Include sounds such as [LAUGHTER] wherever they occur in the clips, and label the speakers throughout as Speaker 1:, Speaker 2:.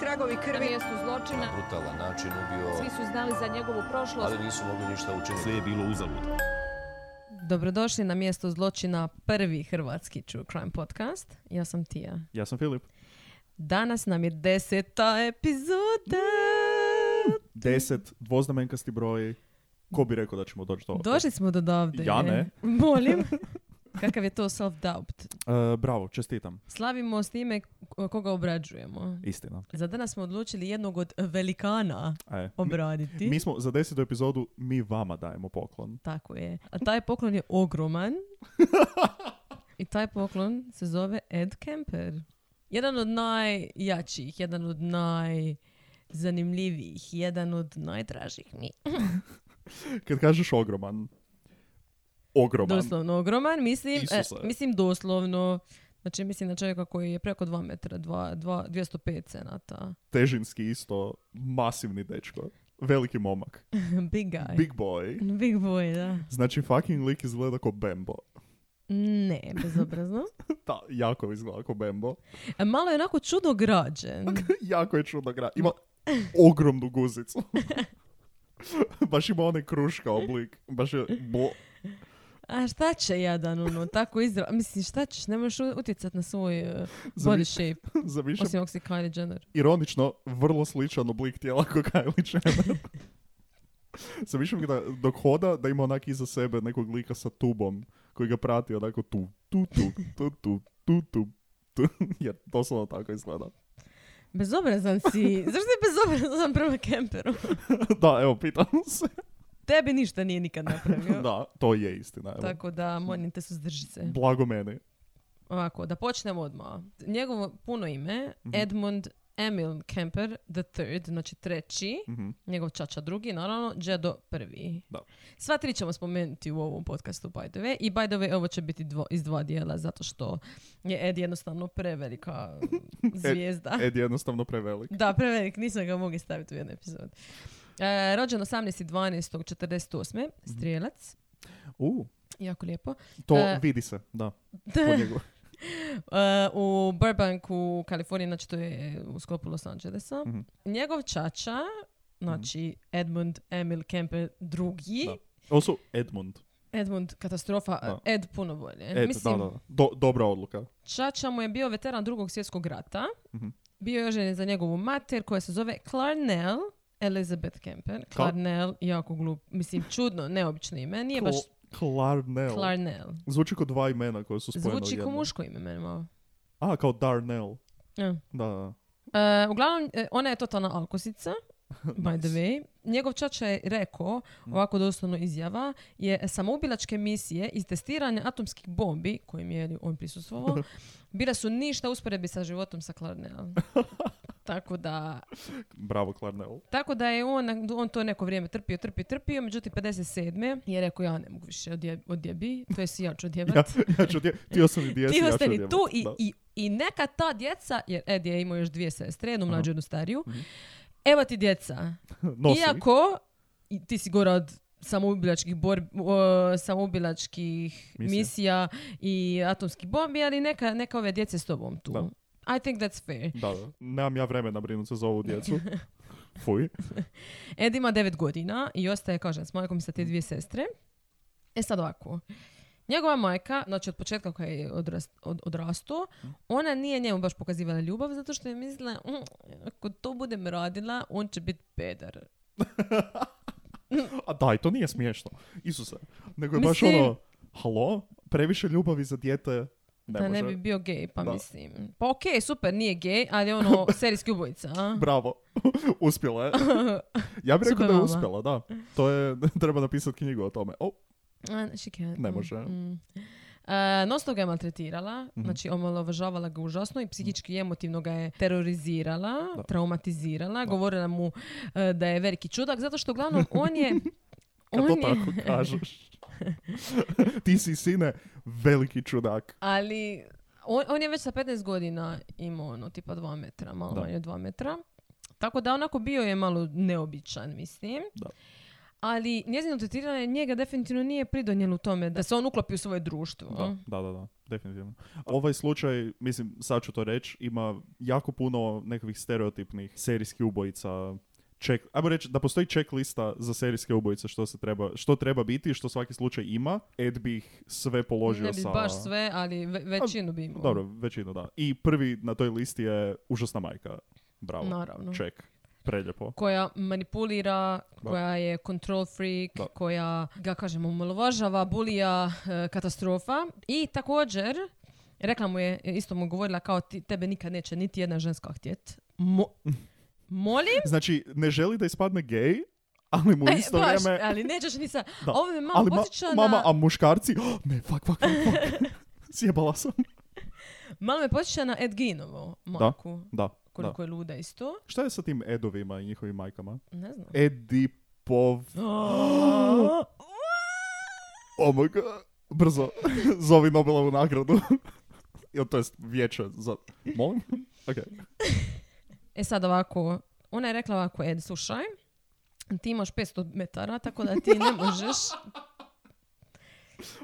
Speaker 1: tragovi
Speaker 2: Na
Speaker 1: krvi.
Speaker 2: mjestu zločina
Speaker 3: brutalan način ubio,
Speaker 2: svi su znali za njegovu prošlost.
Speaker 3: ali nisu mogli ništa učiniti.
Speaker 4: Sve je bilo uzalud.
Speaker 5: Dobrodošli na mjesto zločina prvi hrvatski True Crime podcast. Ja sam Tija.
Speaker 4: Ja sam Filip.
Speaker 5: Danas nam je deseta epizoda.
Speaker 4: Deset, dvoznamenkasti broj. Ko bi rekao da ćemo doći do ovoga?
Speaker 5: Došli smo do ovdje.
Speaker 4: Ja ne.
Speaker 5: [LAUGHS]
Speaker 4: [LAUGHS]
Speaker 5: Molim. Kakav je to self-doubt.
Speaker 4: E, bravo, čestitam.
Speaker 5: Slavimo s time k- koga obrađujemo.
Speaker 4: Istina.
Speaker 5: Za danas smo odlučili jednog od velikana
Speaker 4: E, mi-
Speaker 5: obraditi.
Speaker 4: Mi, smo za desetu epizodu mi vama dajemo poklon.
Speaker 5: Tako je. A taj poklon je ogroman. I taj poklon se zove Ed Kemper. Jedan od najjačih, jedan od najzanimljivijih, jedan od najdražih mi.
Speaker 4: Kad kažeš ogroman, ogroman.
Speaker 5: Doslovno ogroman, mislim, e,
Speaker 4: Isuse.
Speaker 5: mislim doslovno. Znači, mislim na čovjeka koji je preko 2 metra, dva, dva, 205 cenata.
Speaker 4: Težinski isto, masivni dečko. Veliki momak.
Speaker 5: [LAUGHS] Big guy.
Speaker 4: Big boy.
Speaker 5: Big boy, da.
Speaker 4: Znači, fucking lik izgleda ko Bembo.
Speaker 5: Ne, bezobrazno.
Speaker 4: Da, jako izgleda ko Bembo.
Speaker 5: E, Malo je onako čudo građen.
Speaker 4: [LAUGHS] jako je čudna gra. Ima ogromnu guzicu. [LAUGHS] Baš ima one kruška oblik. Baš je bo...
Speaker 5: A šta će jadan, ono, tako izra... Mislim, šta ćeš, ne možeš u- utjecat na svoj uh, body shape,
Speaker 4: Zamišljam,
Speaker 5: osim ako si Kylie Jenner.
Speaker 4: ironično, vrlo sličan oblik tijela ko Kylie
Speaker 5: [LAUGHS]
Speaker 4: Jenner. Zamišljam ga da, dok hoda, da ima onak iza sebe nekog lika sa tubom koji ga prati onako tu, tu, tu, tu, tu, tu, tu, tu. [LAUGHS] Jer doslovno tako izgleda. [LAUGHS]
Speaker 5: Bezobrazan si, [LAUGHS] zašto si bezobrazan prema kemperu?
Speaker 4: da, evo, pitam se.
Speaker 5: Tebi ništa nije nikad
Speaker 4: [LAUGHS]
Speaker 5: napravio.
Speaker 4: Da, to je istina. Evo.
Speaker 5: Tako da, molim te, suzdrži se.
Speaker 4: Blago meni.
Speaker 5: Ovako, da počnemo odmah. Njegovo puno ime,
Speaker 4: Mhm.
Speaker 5: Edmund Emil Kemper the third, znači treći,
Speaker 4: Mhm.
Speaker 5: njegov čača drugi, naravno, Džedo prvi.
Speaker 4: Da.
Speaker 5: Sva tri ćemo spomenuti u ovom podcastu, by the way. I by the way, ovo će biti dvo, iz dva dijela, zato što je Ed jednostavno
Speaker 4: [LAUGHS]
Speaker 5: prevelika zvijezda.
Speaker 4: Ed je jednostavno prevelik.
Speaker 5: Da, prevelik, nisam ga mogli staviti u jednu epizodu. E, rođen 18.12.48.
Speaker 4: Mhm.
Speaker 5: Strijelac,
Speaker 4: Uh,
Speaker 5: jako lijepo.
Speaker 4: to
Speaker 5: E,
Speaker 4: vidi se,
Speaker 5: [LAUGHS]
Speaker 4: da. po njegov-
Speaker 5: E, u Burbanku, Kaliforniji, znači to je u sklopu Los Angelesa.
Speaker 4: Mhm.
Speaker 5: Njegov čača, znači Edmund Emil Kemper drugi.
Speaker 4: Da. Ovo su Edmund.
Speaker 5: Edmund katastrofa,
Speaker 4: Da.
Speaker 5: Ed puno bolje.
Speaker 4: Ed,
Speaker 5: E, Mislim,
Speaker 4: da, da, da. Do- dobra odluka.
Speaker 5: čača mu je bio veteran drugog svjetskog rata.
Speaker 4: Mhm.
Speaker 5: Bio je oženjen za njegovu mater koja se zove Clarnell Elizabeth Kemper.
Speaker 4: Ka-
Speaker 5: Clarnell, jako glup, mislim čudno, neobično ime. Nije baš
Speaker 4: Clarnell.
Speaker 5: Clarnell.
Speaker 4: Zvuči kao dva imena koje su spojene
Speaker 5: Zvuči
Speaker 4: u
Speaker 5: ko
Speaker 4: jedno.
Speaker 5: muško ime meni malo.
Speaker 4: A, kao Darnell.
Speaker 5: Ja.
Speaker 4: Da, da.
Speaker 5: E, uglavnom, e, ona je totalna alkosica, by the way. Njegov čača je rekao, ovako doslovno izjava, je samoubilačke misije iz testiranja atomskih bombi, kojim je on prisustvovao, bile su ništa u usporedbi sa životom sa Clarnellom. Tako da,
Speaker 4: Bravo, Clarnell.
Speaker 5: tako da je on, on to neko vrijeme trpio, trpio, trpio, međutim 57. je rekao ja ne mogu više odje, odjebi, to je si ja ću
Speaker 4: Ja,
Speaker 5: odjebat.
Speaker 4: ja ću odje... Tio
Speaker 5: [LAUGHS]
Speaker 4: sam i djeci,
Speaker 5: Ti
Speaker 4: ja ću
Speaker 5: ostani
Speaker 4: odjebat.
Speaker 5: tu i,
Speaker 4: Da.
Speaker 5: i, i neka ta djeca, jer Ed je imao još dvije sestre, jednu mlađu, jednu stariju, evo ti djeca.
Speaker 4: [LAUGHS] Mhm. Nosi.
Speaker 5: Iako i ti si gora od samoubilačkih, borb, o, samoubilačkih
Speaker 4: Misija.
Speaker 5: misija. i atomskih bombi, ali neka, neka ove djece s tobom tu. I think that's fair.
Speaker 4: Da, da. Nemam ja vremena brinut se za ovu djecu.
Speaker 5: [LAUGHS]
Speaker 4: Fuj.
Speaker 5: Ed ima devet godina i ostaje, kažem, s majkom i sa te dvije sestre. E sad ovako. Njegova majka, znači od početka kada je odrast, od- odrastao, ona nije njemu baš pokazivala ljubav zato što je mislila, "Mm, ako to budem radila, on će biti pedar.
Speaker 4: A daj, to nije smiješno. Isuse. Nego je baš
Speaker 5: Mislim-
Speaker 4: ono, halo? Previše ljubavi za dijete ne može.
Speaker 5: da Pa ne bi bio gej, pa
Speaker 4: Da.
Speaker 5: mislim. Pa okej, super, nije gej, ali
Speaker 4: [LAUGHS]
Speaker 5: je ono serijski ubojica. a?
Speaker 4: Bravo. [LAUGHS] uspjela
Speaker 5: [LAUGHS]
Speaker 4: je. Ja bih rekao
Speaker 5: Super
Speaker 4: da je
Speaker 5: mama.
Speaker 4: uspjela, da. To je, [LAUGHS] treba napisati knjigu o tome. O,
Speaker 5: A, she can't.
Speaker 4: Ne
Speaker 5: Mm,
Speaker 4: može. Mhm.
Speaker 5: mm. E, non stop ga je maltretirala, znači omalovažavala ga užasno i psihički i emotivno ga je terorizirala, traumatizirala, govorila mu e, da je veliki čudak, zato
Speaker 4: [LAUGHS]
Speaker 5: što uglavnom on je...
Speaker 4: kad
Speaker 5: on
Speaker 4: to
Speaker 5: je- [LAUGHS]
Speaker 4: tako kažeš. [LAUGHS] Ti si sine veliki čudak.
Speaker 5: Ali on, on je već sa 15 godina imao ono tipa 2 metra, malo
Speaker 4: Da.
Speaker 5: manje od 2 metra. Tako da onako bio je malo neobičan, mislim.
Speaker 4: Da.
Speaker 5: ali njezino tretiranje njega definitivno nije pridonijelo tome da se on uklopi u svoje društvo.
Speaker 4: Da, da, da, da, definitivno. Ovaj slučaj, mislim, sad ću to reći, ima jako puno nekakvih stereotipnih serijskih ubojica. Ček, ajmo reći da postoji checklista za serijske ubojice što, se treba, što treba biti, što svaki slučaj ima. Ed bi ih sve položio
Speaker 5: ne bi
Speaker 4: sa...
Speaker 5: baš sve, ali ve- većinu bi imao.
Speaker 4: Dobro, većinu da. I prvi na toj listi je užasna majka. Bravo.
Speaker 5: Naravno.
Speaker 4: Ček. Preljepo.
Speaker 5: koja manipulira, koja je control freak,
Speaker 4: Da.
Speaker 5: koja ga kažemo omalovažava, bulija, e, katastrofa. I također, rekla mu je, e, isto mu govorila kao ti, tebe nikad neće niti jedna ženska htjet. Mo- molim?
Speaker 4: Znači, ne želi da ispadne gej, ali mu u
Speaker 5: E,
Speaker 4: isto
Speaker 5: baš,
Speaker 4: vrijeme...
Speaker 5: ali nećeš ni sa...
Speaker 4: [LAUGHS] Da.
Speaker 5: Ovo me malo
Speaker 4: ali ma-
Speaker 5: podsjeća na...
Speaker 4: mama, a muškarci... [GASPS] "Oh, ne, fuck, fuck, fuck, fuck." [LAUGHS] Sjebala sam.
Speaker 5: Malo me podsjeća na Ed Geinovo majku.
Speaker 4: Da, da.
Speaker 5: Koliko je luda isto.
Speaker 4: Šta je sa tim Edovima i njihovim majkama?
Speaker 5: Ne znam.
Speaker 4: E, Edipov...
Speaker 5: [GASPS]
Speaker 4: Oh my god. Brzo, [LAUGHS] zovi Nobelovu nagradu. [LAUGHS] Jel, to jest vijeće za...
Speaker 5: [LAUGHS]
Speaker 4: Molim? Okej.
Speaker 5: E sad ovako, ona je rekla ovako, Ed, slušaj, ti imaš 500 metara, tako da ti ne
Speaker 4: [LAUGHS]
Speaker 5: možeš,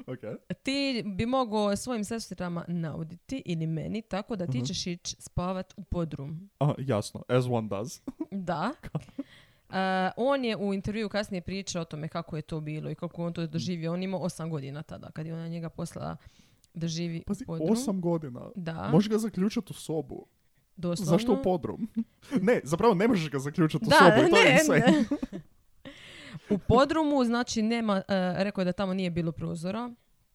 Speaker 4: okej.
Speaker 5: ti bi mogao svojim sestrama nauditi ili meni, tako da ti
Speaker 4: Mhm.
Speaker 5: ćeš ići spavat u
Speaker 4: [LAUGHS]
Speaker 5: podrum.
Speaker 4: A, jasno, as one does.
Speaker 5: Da. E, on je u intervju kasnije pričao o tome kako je to bilo i kako je on to doživio. On je imao 8 godina tada kad je ona njega poslala da živi
Speaker 4: Pazi,
Speaker 5: u podrum.
Speaker 4: osam godina.
Speaker 5: Da,
Speaker 4: Možeš ga zaključati u sobu.
Speaker 5: doslovno.
Speaker 4: Zašto u podrum? [LAUGHS] ne, zapravo ne možeš ga zaključati u
Speaker 5: Da,
Speaker 4: sobu. i to je
Speaker 5: ne,
Speaker 4: insane.
Speaker 5: [LAUGHS] ne. U podrumu, znači, nema, e, rekao je da tamo nije bilo prozora,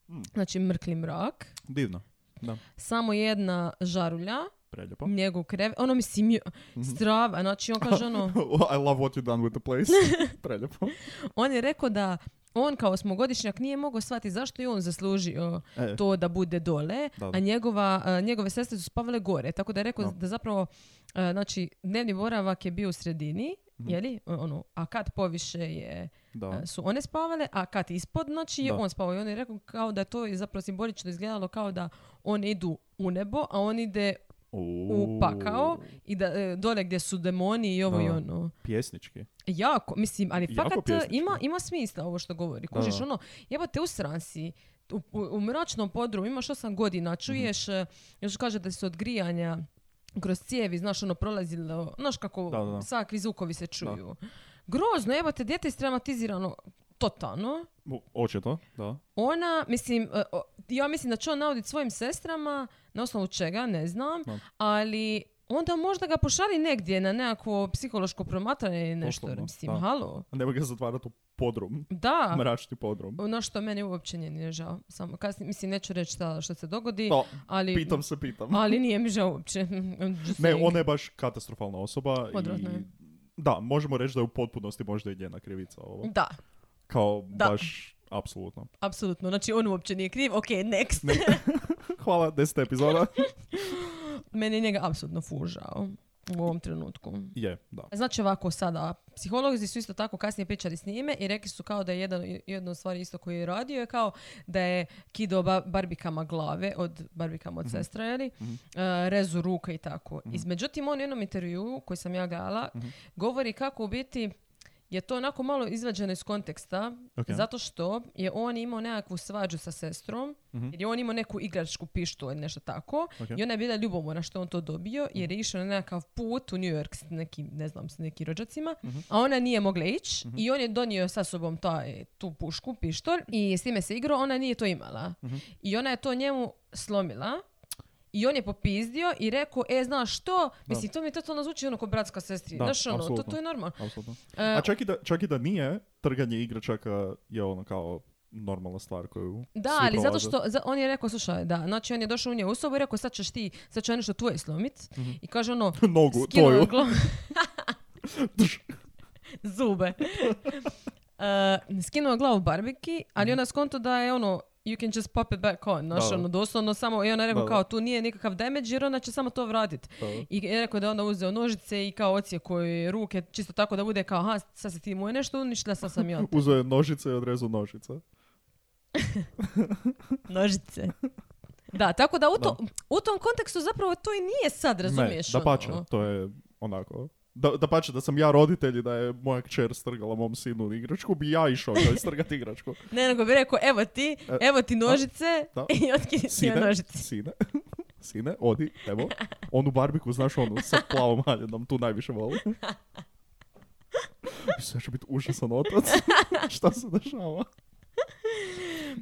Speaker 4: Hmm.
Speaker 5: znači mrkli mrak,
Speaker 4: Divno. Da,
Speaker 5: samo jedna žarulja,
Speaker 4: preljepo.
Speaker 5: njegov krev, ono mislim, jo-
Speaker 4: Mhm.
Speaker 5: strava, znači on kaže
Speaker 4: [LAUGHS]
Speaker 5: ono,
Speaker 4: [LAUGHS] I love what you done with the
Speaker 5: [LAUGHS]
Speaker 4: place. preljepo.
Speaker 5: on je rekao da on kao osmogodišnjak nije mogao shvatiti zašto je on zaslužio
Speaker 4: E.
Speaker 5: to da bude dole,
Speaker 4: Da.
Speaker 5: a njegova, e, njegove sestre su spavale gore. Tako da je rekao
Speaker 4: No.
Speaker 5: da zapravo, e, znači, dnevni boravak je bio u sredini, jeli, ono, a kad poviše je
Speaker 4: Mhm. Da.
Speaker 5: E, su one spavale, a kad ispod noći je
Speaker 4: Da.
Speaker 5: on spavao. I on je rekao kao da je to je zapravo simbolično izgledalo kao da one idu u nebo, a on ide u pakao i da, e, dole gdje su demoni i ovo
Speaker 4: Da.
Speaker 5: i ono.
Speaker 4: Pjesnički.
Speaker 5: Jako, mislim, ali
Speaker 4: Jako
Speaker 5: fakat e,
Speaker 4: pjesnički.
Speaker 5: ima, ima smisla ovo što govori.
Speaker 4: Da,
Speaker 5: Kužiš,
Speaker 4: da.
Speaker 5: ono, jebate, usran si, u, u, u mračnom podrumu, imaš 8 godina,
Speaker 4: Mhm.
Speaker 5: čuješ, e, još kaže da se od grijanja kroz cijevi, znaš, ono, prolazilo, znaš kako
Speaker 4: Da, da, da.
Speaker 5: svakvi zvukovi se čuju. Grozno, jebate, dijete je traumatizirano totalno.
Speaker 4: O- Očito, da.
Speaker 5: Ona, mislim, e, o- ja mislim da će on nauditi svojim sestrama, na osnovu čega, ne znam,
Speaker 4: Da.
Speaker 5: ali onda možda ga pošali negdje na nekakvo psihološko promatranje ili nešto,
Speaker 4: Doslovno,
Speaker 5: mislim,
Speaker 4: da.
Speaker 5: halo.
Speaker 4: Nemoj ga zatvarati u podrum.
Speaker 5: Da,
Speaker 4: Mračni podrum.
Speaker 5: ono što meni uopće nije ni žao. Samo kasnije, mislim, neću reći šta, što se dogodi,
Speaker 4: Da,
Speaker 5: ali,
Speaker 4: pitam se, pitam.
Speaker 5: ali nije mi žao uopće. [LAUGHS] Just
Speaker 4: Ne,
Speaker 5: saying.
Speaker 4: ona je baš katastrofalna osoba.
Speaker 5: Odvratna
Speaker 4: i...
Speaker 5: je.
Speaker 4: Da, možemo reći da je u potpunosti možda i njena krivica ovo.
Speaker 5: Da,
Speaker 4: Kao
Speaker 5: Mm. Da.
Speaker 4: baš, apsolutno.
Speaker 5: apsolutno. Znači, on uopće nije kriv. Ok, next.
Speaker 4: [LAUGHS] Hvala, deseta epizoda.
Speaker 5: Meni je njega apsolutno fužao u ovom trenutku.
Speaker 4: je, da.
Speaker 5: Znači ovako sada, psiholozi su isto tako kasnije pričali s njime i rekli su kao da je jedan, jedna od stvari isto koju je radio je kao da je kidao ba- barbikama glave od barbikama od sestra, jeli, e, rezu ruka i tako. I međutim, on u jednom intervju koji sam ja gala govori kako u biti je to onako malo izvađeno iz konteksta
Speaker 4: Ok.
Speaker 5: zato što je on imao nekakvu svađu sa sestrom jer je on imao neku igračku pištu ili nešto tako
Speaker 4: Ok.
Speaker 5: i ona je bila ljubomora što je on to dobio
Speaker 4: Mhm.
Speaker 5: jer je išao na nekakav put u New York s nekim, ne znam, s nekim rođacima,
Speaker 4: Mhm.
Speaker 5: a ona nije mogla ići i on je donio sa sobom taj, tu pušku, pištolj i s time se igrao, ona nije to imala.
Speaker 4: Mhm.
Speaker 5: I ona je to njemu slomila i on je popizdio i rekao, e, znaš što, mislim, to mi totalno zvuči ono ko bratska sestri.
Speaker 4: Da,
Speaker 5: Znaš, ono, to,
Speaker 4: apsolutno.
Speaker 5: to je normalno.
Speaker 4: Apsolutno.
Speaker 5: E,
Speaker 4: A čak i, da, čak i da nije, trganje igračaka je ono kao normalna stvar koju
Speaker 5: Da,
Speaker 4: svi
Speaker 5: ali zato
Speaker 4: prolaze.
Speaker 5: što za- on je rekao, slušaj, da, znači on je došao u nje u sobu i rekao, sad ćeš ti, sad će ja nešto tvoje slomit.
Speaker 4: Mhm.
Speaker 5: I kaže ono,
Speaker 4: [LAUGHS] Nogu,
Speaker 5: skinuo
Speaker 4: tvoju.
Speaker 5: je
Speaker 4: [LAUGHS]
Speaker 5: glavu- [LAUGHS] Zube. Uh, skinuo je glavu barbiki, ali ona skonto da je ono, you can just pop it back on, znaš,
Speaker 4: Mhm. Da.
Speaker 5: ono, doslovno samo, i ona je rekao
Speaker 4: Da, da.
Speaker 5: kao, tu nije nikakav damage jer ona će samo to vratit.
Speaker 4: Da, da.
Speaker 5: I je rekao da je onda uzeo nožice i kao ocijekao je ruke, čisto tako da bude kao, aha, sad si ti moje nešto uništila, sad
Speaker 4: [LAUGHS]
Speaker 5: sam ja.
Speaker 4: Uzeo je nožice i odrezao nožice.
Speaker 5: Nožice. Da, tako da u, to, u tom kontekstu zapravo to i nije sad, razumiješ?
Speaker 4: ne, da pače,
Speaker 5: ono.
Speaker 4: to je onako Da, da pače, da sam ja roditelj i da je moja kćer strgala mom sinu igračku, bi ja išao njoj strgati igračku.
Speaker 5: Ne, nego bi rekao, evo ti,
Speaker 4: E,
Speaker 5: evo ti nožice
Speaker 4: da.
Speaker 5: [LAUGHS] i otkini ti joj
Speaker 4: Sine,
Speaker 5: nožice.
Speaker 4: sine, [LAUGHS] sine, odi, evo. Onu barbiku, znaš onu, sa plavom haljenom, tu najviše volim.
Speaker 5: [LAUGHS]
Speaker 4: Mislim, ja ću biti užasan otac. [LAUGHS] Šta se dešava?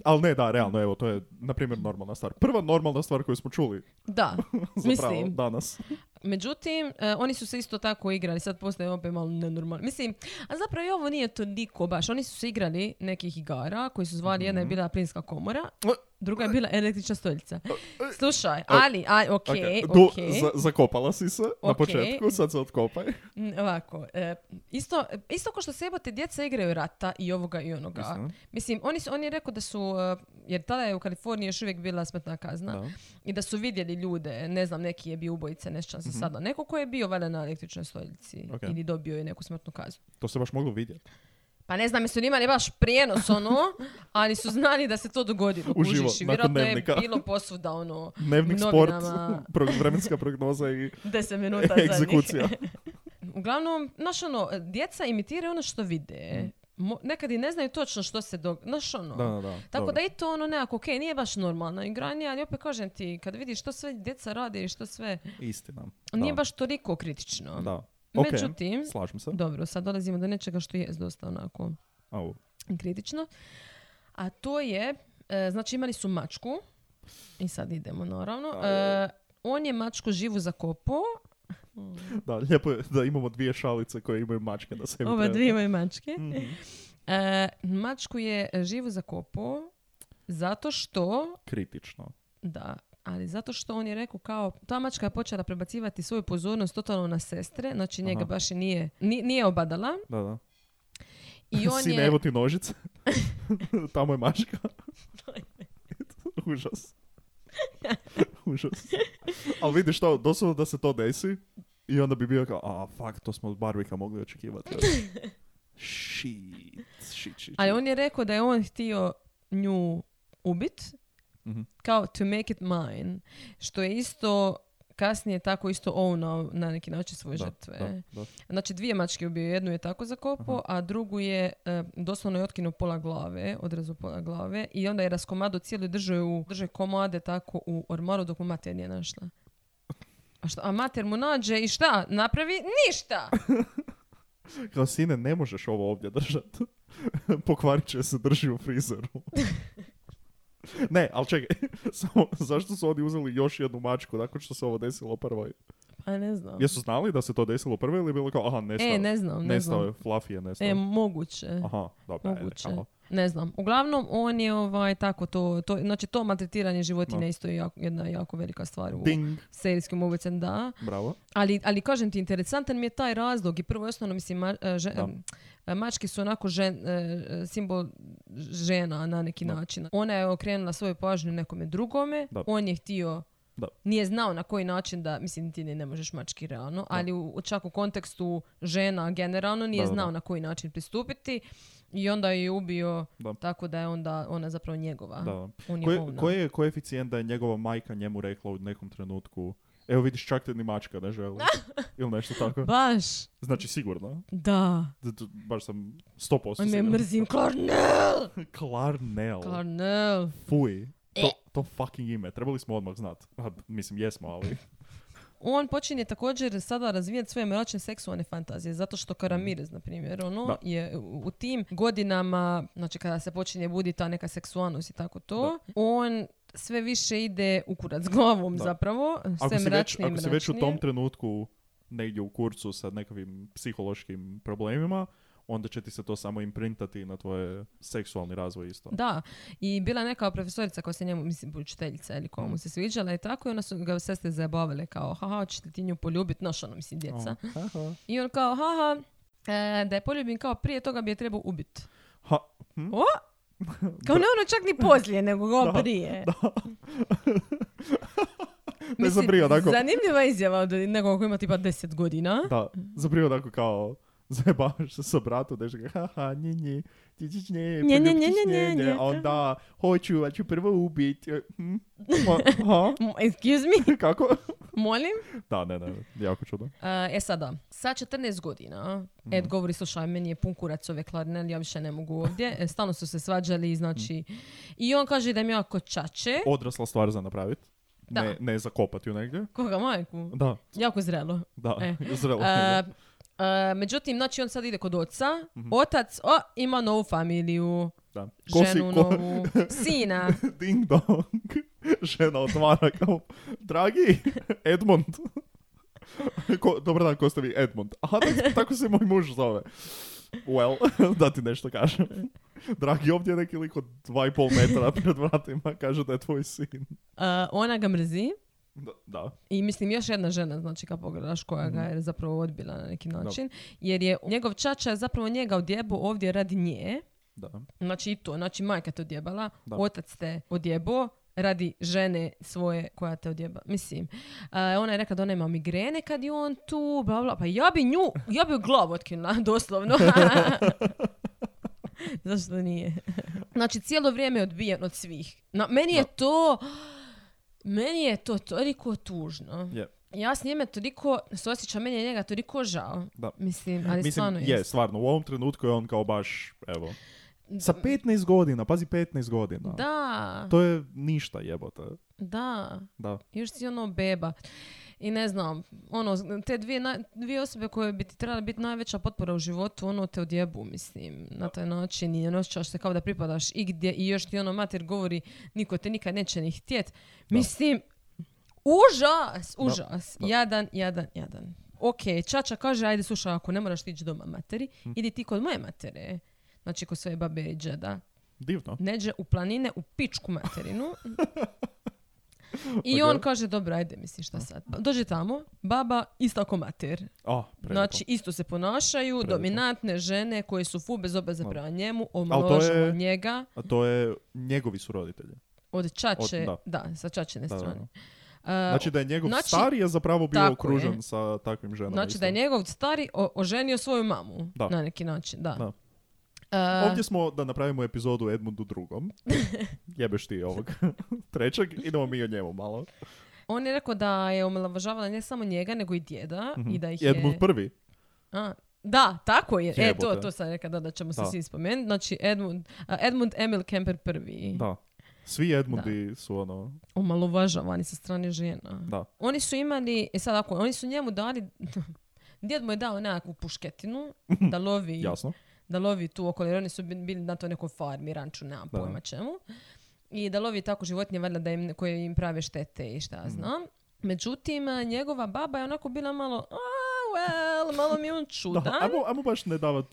Speaker 4: Ali ne, da, realno, evo, to je, na primjer, normalna stvar. Prva normalna stvar koju smo čuli [LAUGHS]
Speaker 5: Da,
Speaker 4: zapravo
Speaker 5: mislim.
Speaker 4: danas.
Speaker 5: Međutim, e, oni su se isto tako igrali, sad postaje opet malo nenormalno. Mislim, a zapravo i ovo nije toliko baš. Oni su se igrali nekih igara koji su zvali, jedna je
Speaker 4: Mhm.
Speaker 5: bila plinska komora,
Speaker 4: E,
Speaker 5: druga je bila električna stoljica. Slušaj, ali, ali, ok,
Speaker 4: Okej,
Speaker 5: ok.
Speaker 4: e. du- za- zakopala si se na
Speaker 5: Okej.
Speaker 4: početku, sad se otkopaj.
Speaker 5: Mm, Ovako, e, isto, isto ko što se jebote djeca igraju rata i ovoga i onoga.
Speaker 4: Istina.
Speaker 5: Mislim, oni su, on je rekao da su, e, jer tada je u Kaliforniji još uvijek bila smrtna kazna
Speaker 4: Da.
Speaker 5: i da su vidjeli ljude, ne znam, neki je bio ubojica, nešto se sada, neko ko je bio valjda na električnoj stoljici
Speaker 4: Mhm. Ok.
Speaker 5: ili dobio je neku smrtnu kaznu.
Speaker 4: To se baš moglo vidjeti.
Speaker 5: Pa ne znam, jesu li imali baš
Speaker 4: [LAUGHS]
Speaker 5: prijenos ono, ali su znali da se to dogodilo.
Speaker 4: Uživo,
Speaker 5: kužiš, i
Speaker 4: nakon
Speaker 5: vjerojatno je
Speaker 4: Dnevnika.
Speaker 5: bilo posvuda [LAUGHS] ono,
Speaker 4: Dnevnik
Speaker 5: u
Speaker 4: sport,
Speaker 5: novinama,
Speaker 4: [LAUGHS] pro- vremenska prognoza i
Speaker 5: 10 minuta za [LAUGHS]
Speaker 4: egzekucija.
Speaker 5: Uglavnom, znaš ono, djeca imitiraju ono što vide. Mo- nekad i ne znaju točno što se događa. Znaš ono.
Speaker 4: Mhm. Da, da, da.
Speaker 5: Tako
Speaker 4: dobro.
Speaker 5: da i to ono nekako, ok, nije baš normalno igranje, ali opet kažem ti, kad vidiš što sve djeca rade i što sve,
Speaker 4: Istina.
Speaker 5: nije
Speaker 4: da,
Speaker 5: baš toliko kritično.
Speaker 4: Da. Ok,
Speaker 5: Međutim,
Speaker 4: slažem se.
Speaker 5: dobro, sad dolazimo do nečega što je dosta onako
Speaker 4: Au.
Speaker 5: kritično. A to je, e, znači imali su mačku, i sad idemo naravno, E, on je mačku živu zakopao,
Speaker 4: Da, lijepo je da imamo dvije šalice koje imaju mačke na sebi.
Speaker 5: Ove dvije imaju mačke.
Speaker 4: Mhm.
Speaker 5: E, mačku je e, živu zakopao zato što,
Speaker 4: Kritično.
Speaker 5: da, ali zato što on je rekao kao, ta mačka je počela prebacivati svoju pozornost totalno na sestre, znači njega
Speaker 4: Aha.
Speaker 5: baš i nije, ni- nije obadala.
Speaker 4: Da, da. [LAUGHS]
Speaker 5: I on
Speaker 4: Sine,
Speaker 5: je,
Speaker 4: evo ti
Speaker 5: [LAUGHS]
Speaker 4: nožice. Tamo je mačka. Užas. Užas. Ali vidiš to, doslovno da se to desi i onda bi bio kao, a fuck, to smo od Barbika mogli
Speaker 5: [LAUGHS]
Speaker 4: očekivati. shit, shit, shit.
Speaker 5: ali on je rekao da je on htio nju ubit,
Speaker 4: Mhm.
Speaker 5: kao to make it mine, što je isto kasnije tako isto ownao na neki način svoje
Speaker 4: Da,
Speaker 5: žrtve.
Speaker 4: da, Mhm. da.
Speaker 5: Znači dvije mačke je ubio, jednu je tako zakopao, a drugu je e, doslovno je otkinuo pola glave, odrezao pola glave i onda je raskomado cijelu i držao je u drže komade tako u ormaru dok mu mater nije našla. A, šta, a mater mu nađe i šta? Napravi
Speaker 4: [LAUGHS]
Speaker 5: ništa!
Speaker 4: Kao, sine, ne možeš ovo ovdje držati. [LAUGHS] Pokvarit će se, drži u
Speaker 5: [LAUGHS]
Speaker 4: frizeru. ne, ali čekaj, [LAUGHS] samo, zašto su oni uzeli još jednu mačku nakon što se ovo desilo u prvoj?
Speaker 5: Pa ne znam.
Speaker 4: Jesu znali da se to desilo u prvoj ili je bilo kao, aha, nestao,
Speaker 5: e,
Speaker 4: je,
Speaker 5: ne znam, ne
Speaker 4: nestao
Speaker 5: znam.
Speaker 4: je, Fluffy je nestao.
Speaker 5: E, moguće.
Speaker 4: aha, dobro, ajde,
Speaker 5: Moguće.
Speaker 4: kao.
Speaker 5: Ne znam. Uglavnom, on je ovaj, tako to, to, znači to maltretiranje životinja
Speaker 4: No.
Speaker 5: isto je jako- jedna jako velika stvar u
Speaker 4: Ding,
Speaker 5: serijskim ubojicama, da.
Speaker 4: bravo.
Speaker 5: Ali, ali kažem ti, interesantan mi je taj razlog i prvo i osnovno, mislim, ma, e, že- e, mačke su onako žen, e, e, simbol žena na neki
Speaker 4: Da.
Speaker 5: način. Ona je okrenula svoju pažnju nekome drugome,
Speaker 4: Da.
Speaker 5: on je htio
Speaker 4: Da.
Speaker 5: Nije znao na koji način da, mislim ti ne, ne možeš mački realno, ali u, u- čak u kontekstu žena generalno nije
Speaker 4: Da, da, da.
Speaker 5: znao na koji način pristupiti i onda ju je ubio
Speaker 4: Da.
Speaker 5: tako da je onda ona zapravo njegova.
Speaker 4: Da.
Speaker 5: On je
Speaker 4: Koji
Speaker 5: ovna.
Speaker 4: koji je koeficijent da je njegova majka njemu rekla u nekom trenutku, evo vidiš čak te ni mačka ne
Speaker 5: [LAUGHS]
Speaker 4: želi, ili nešto tako.
Speaker 5: Baš,
Speaker 4: Znači sigurno,
Speaker 5: da.
Speaker 4: D- d- baš sam 100%
Speaker 5: On me
Speaker 4: siguran.
Speaker 5: mrzim, Kornel!
Speaker 4: Klarnel.
Speaker 5: Kornel!
Speaker 4: Fuj. To, to fucking ime. Trebali smo odmah znat. A, mislim, jesmo, ali...
Speaker 5: On počinje također sada razvijati svoje mračne seksualne fantazije, zato što Karamirez, na primjer, ono
Speaker 4: Mm. Da.
Speaker 5: je u u tim godinama, znači kada se počinje budi ta neka seksualnost i tako to, on sve više ide u kurac glavom
Speaker 4: Da.
Speaker 5: zapravo, sve
Speaker 4: Ako si, već,
Speaker 5: mračnije i
Speaker 4: ako si već u tom
Speaker 5: mračnije.
Speaker 4: trenutku negdje u kurcu sa nekakvim psihološkim problemima, onda će ti se to samo imprintati na tvoje seksualni razvoj isto.
Speaker 5: Da, i bila je neka profesorica koja se njemu, mislim, učiteljica ili koja mu
Speaker 4: Mm.
Speaker 5: se sviđala i tako, i onda su ga sestre zajebavale kao, haha, hoćeš li ti nju poljubit, noš ono, mislim, djeca.
Speaker 4: Aha.
Speaker 5: I on kao, haha, e, da je poljubim kao prije toga bi je trebao ubit.
Speaker 4: Ha, hm?
Speaker 5: O! Kao ne ono čak ni poslije, nego go
Speaker 4: Da,
Speaker 5: prije. [LAUGHS]
Speaker 4: ne zabrio, tako.
Speaker 5: Zanimljiva izjava od nekog koji ima tipa 10 godina.
Speaker 4: Da, zabrio onako kao zajebavaš se sa bratom, da ga, haha, nje, nje, ti ćeš nje,
Speaker 5: Nje, nje, nje,
Speaker 4: poljubit ćeš
Speaker 5: nje,
Speaker 4: nje,
Speaker 5: nje,
Speaker 4: nje,
Speaker 5: nje.
Speaker 4: a onda, hoću, ja ću prvo ubit. e, hm, ma, ha? [LAUGHS]
Speaker 5: M- Excuse me, [LAUGHS]
Speaker 4: Kako?
Speaker 5: molim.
Speaker 4: Da, ne, ne, jako čudno.
Speaker 5: E, E sada, sa 14 godina,
Speaker 4: Mhm.
Speaker 5: Ed govori, slušaj, meni je pun kurac ove klarine, ali ja više ne mogu ovdje. E, Stalno su se svađali, znači...
Speaker 4: Mhm.
Speaker 5: I on kaže da mi ja ko čače.
Speaker 4: Odrasla stvar za napravit.
Speaker 5: Da.
Speaker 4: Ne, ne zakopati u negdje.
Speaker 5: Koga majku?
Speaker 4: Da,
Speaker 5: Jako zrelo.
Speaker 4: da, [LAUGHS]
Speaker 5: E.
Speaker 4: zrelo.
Speaker 5: E, e, međutim, znači on sad ide kod oca. Otac, o, ima novu familiju.
Speaker 4: da. Mhm. Ko si-
Speaker 5: Ženu
Speaker 4: ko-
Speaker 5: novu. Sina.
Speaker 4: [LAUGHS] Ding dong. [LAUGHS] Žena otvara kao, dragi, [LAUGHS] Edmond. Ko, dobar dan, ko ste vi? Edmond. Aha, tak- tako se moj muž zove. Well, [LAUGHS] da ti nešto kažem. [LAUGHS] Dragi, ovdje je neki lik od dva i pol metra [LAUGHS] pred vratima, kaže da je tvoj sin.
Speaker 5: E, ona ga mrzi.
Speaker 4: Da, da.
Speaker 5: I mislim još jedna žena, znači kad pogledaš koja
Speaker 4: Mhm.
Speaker 5: ga je zapravo odbila na neki način, jer je njegov čača zapravo njega odjebo ovdje radi nje,
Speaker 4: da.
Speaker 5: znači i to, znači majka te odjebala,
Speaker 4: Da.
Speaker 5: otac te odjebo radi žene svoje koja te odjeba. Mislim, a, ona je rekla da ona ima migrene kad je on tu, bla bla, pa ja bi nju, ja bi joj glavu otkinula, [LAUGHS]
Speaker 4: [LAUGHS]
Speaker 5: doslovno. Zašto nije? znači cijelo vrijeme je odbijen od svih. Na, meni je
Speaker 4: Da.
Speaker 5: to, meni je to toliko tužno.
Speaker 4: Je.
Speaker 5: Ja s njime toliko se osjećam, meni je njega toliko žao.
Speaker 4: Da.
Speaker 5: Mislim, ali stvarno
Speaker 4: je,
Speaker 5: jest.
Speaker 4: stvarno, u ovom trenutku je on kao baš, evo. Sa 15 godina, pazi, 15 godina.
Speaker 5: Da,
Speaker 4: To je ništa jebote.
Speaker 5: da.
Speaker 4: Da.
Speaker 5: Još si ono beba. I ne znam, ono, te dvije, naj- dvije osobe koje bi ti trebale biti najveća potpora u životu, ono te odjebu, mislim, na taj način i ono osjećaš se kao da pripadaš igdje i još ti ono mater govori, niko te nikad neće ni htjet. Mislim, užas, užas, jadan, jadan, jadan. Ok, čača kaže, ajde slušaj, ako ne moraš ti ići doma materi, idi ti kod moje matere. Znači, kod svoje babe i džeda.
Speaker 4: Divno.
Speaker 5: Neđe u planine u
Speaker 4: [LAUGHS]
Speaker 5: pičku materinu. I
Speaker 4: Ok.
Speaker 5: on kaže, dobro, ajde, mislim, šta sad? Dođe tamo, baba, isto ako mater.
Speaker 4: A, prelijepo.
Speaker 5: Znači, isto se ponašaju, dominantne žene koje su fu bez obeze
Speaker 4: Da.
Speaker 5: prema njemu,
Speaker 4: Al to je-
Speaker 5: omaložavaju njega,
Speaker 4: A to je, njegovi su roditelji.
Speaker 5: od čače,
Speaker 4: Od-
Speaker 5: da. sa čačene
Speaker 4: Da, da,
Speaker 5: strane. A,
Speaker 4: Znači da je njegov
Speaker 5: znači-
Speaker 4: stari je zapravo bio
Speaker 5: Tako
Speaker 4: okružen
Speaker 5: je.
Speaker 4: sa takvim ženama.
Speaker 5: Znači da je
Speaker 4: isto.
Speaker 5: njegov stari o- oženio svoju mamu,
Speaker 4: Da.
Speaker 5: na neki način, da.
Speaker 4: Da.
Speaker 5: A,
Speaker 4: Ovdje smo da napravimo epizodu o Edmundu
Speaker 5: [LAUGHS]
Speaker 4: drugom. Jebeš ti ovog [LAUGHS] trećeg. Idemo mi o njemu malo.
Speaker 5: on je rekao da je omalovažavala ne samo njega, nego i djeda
Speaker 4: Mhm.
Speaker 5: i da ih je...
Speaker 4: Edmund prvi.
Speaker 5: A, da, tako je. E, to,
Speaker 4: Jebote.
Speaker 5: to sam rekla, da, da ćemo se
Speaker 4: Da.
Speaker 5: svi spomenuti. Znači, Edmund, a, Edmund Emil Kemper prvi.
Speaker 4: Da. Svi Edmundi su ono...
Speaker 5: Omalovažavani sa strane žena.
Speaker 4: Da.
Speaker 5: Oni su imali, e sad ako, oni su njemu dali, [LAUGHS] djed mu je dao nekakvu pušketinu da lovi,
Speaker 4: Mhm. Jasno.
Speaker 5: da lovi tu okolo, jer oni su bili bili na to nekoj farmi, ranču, nemam
Speaker 4: Da.
Speaker 5: pojma čemu. I da lovi tako životinje, valjda da im, koje im prave štete i
Speaker 4: Mhm.
Speaker 5: šta ja znam. Međutim, a, njegova baba je onako bila malo, a, well, malo mi je
Speaker 4: [LAUGHS]
Speaker 5: on
Speaker 4: Da,
Speaker 5: čudan.
Speaker 4: ajmo, ajmo baš ne davat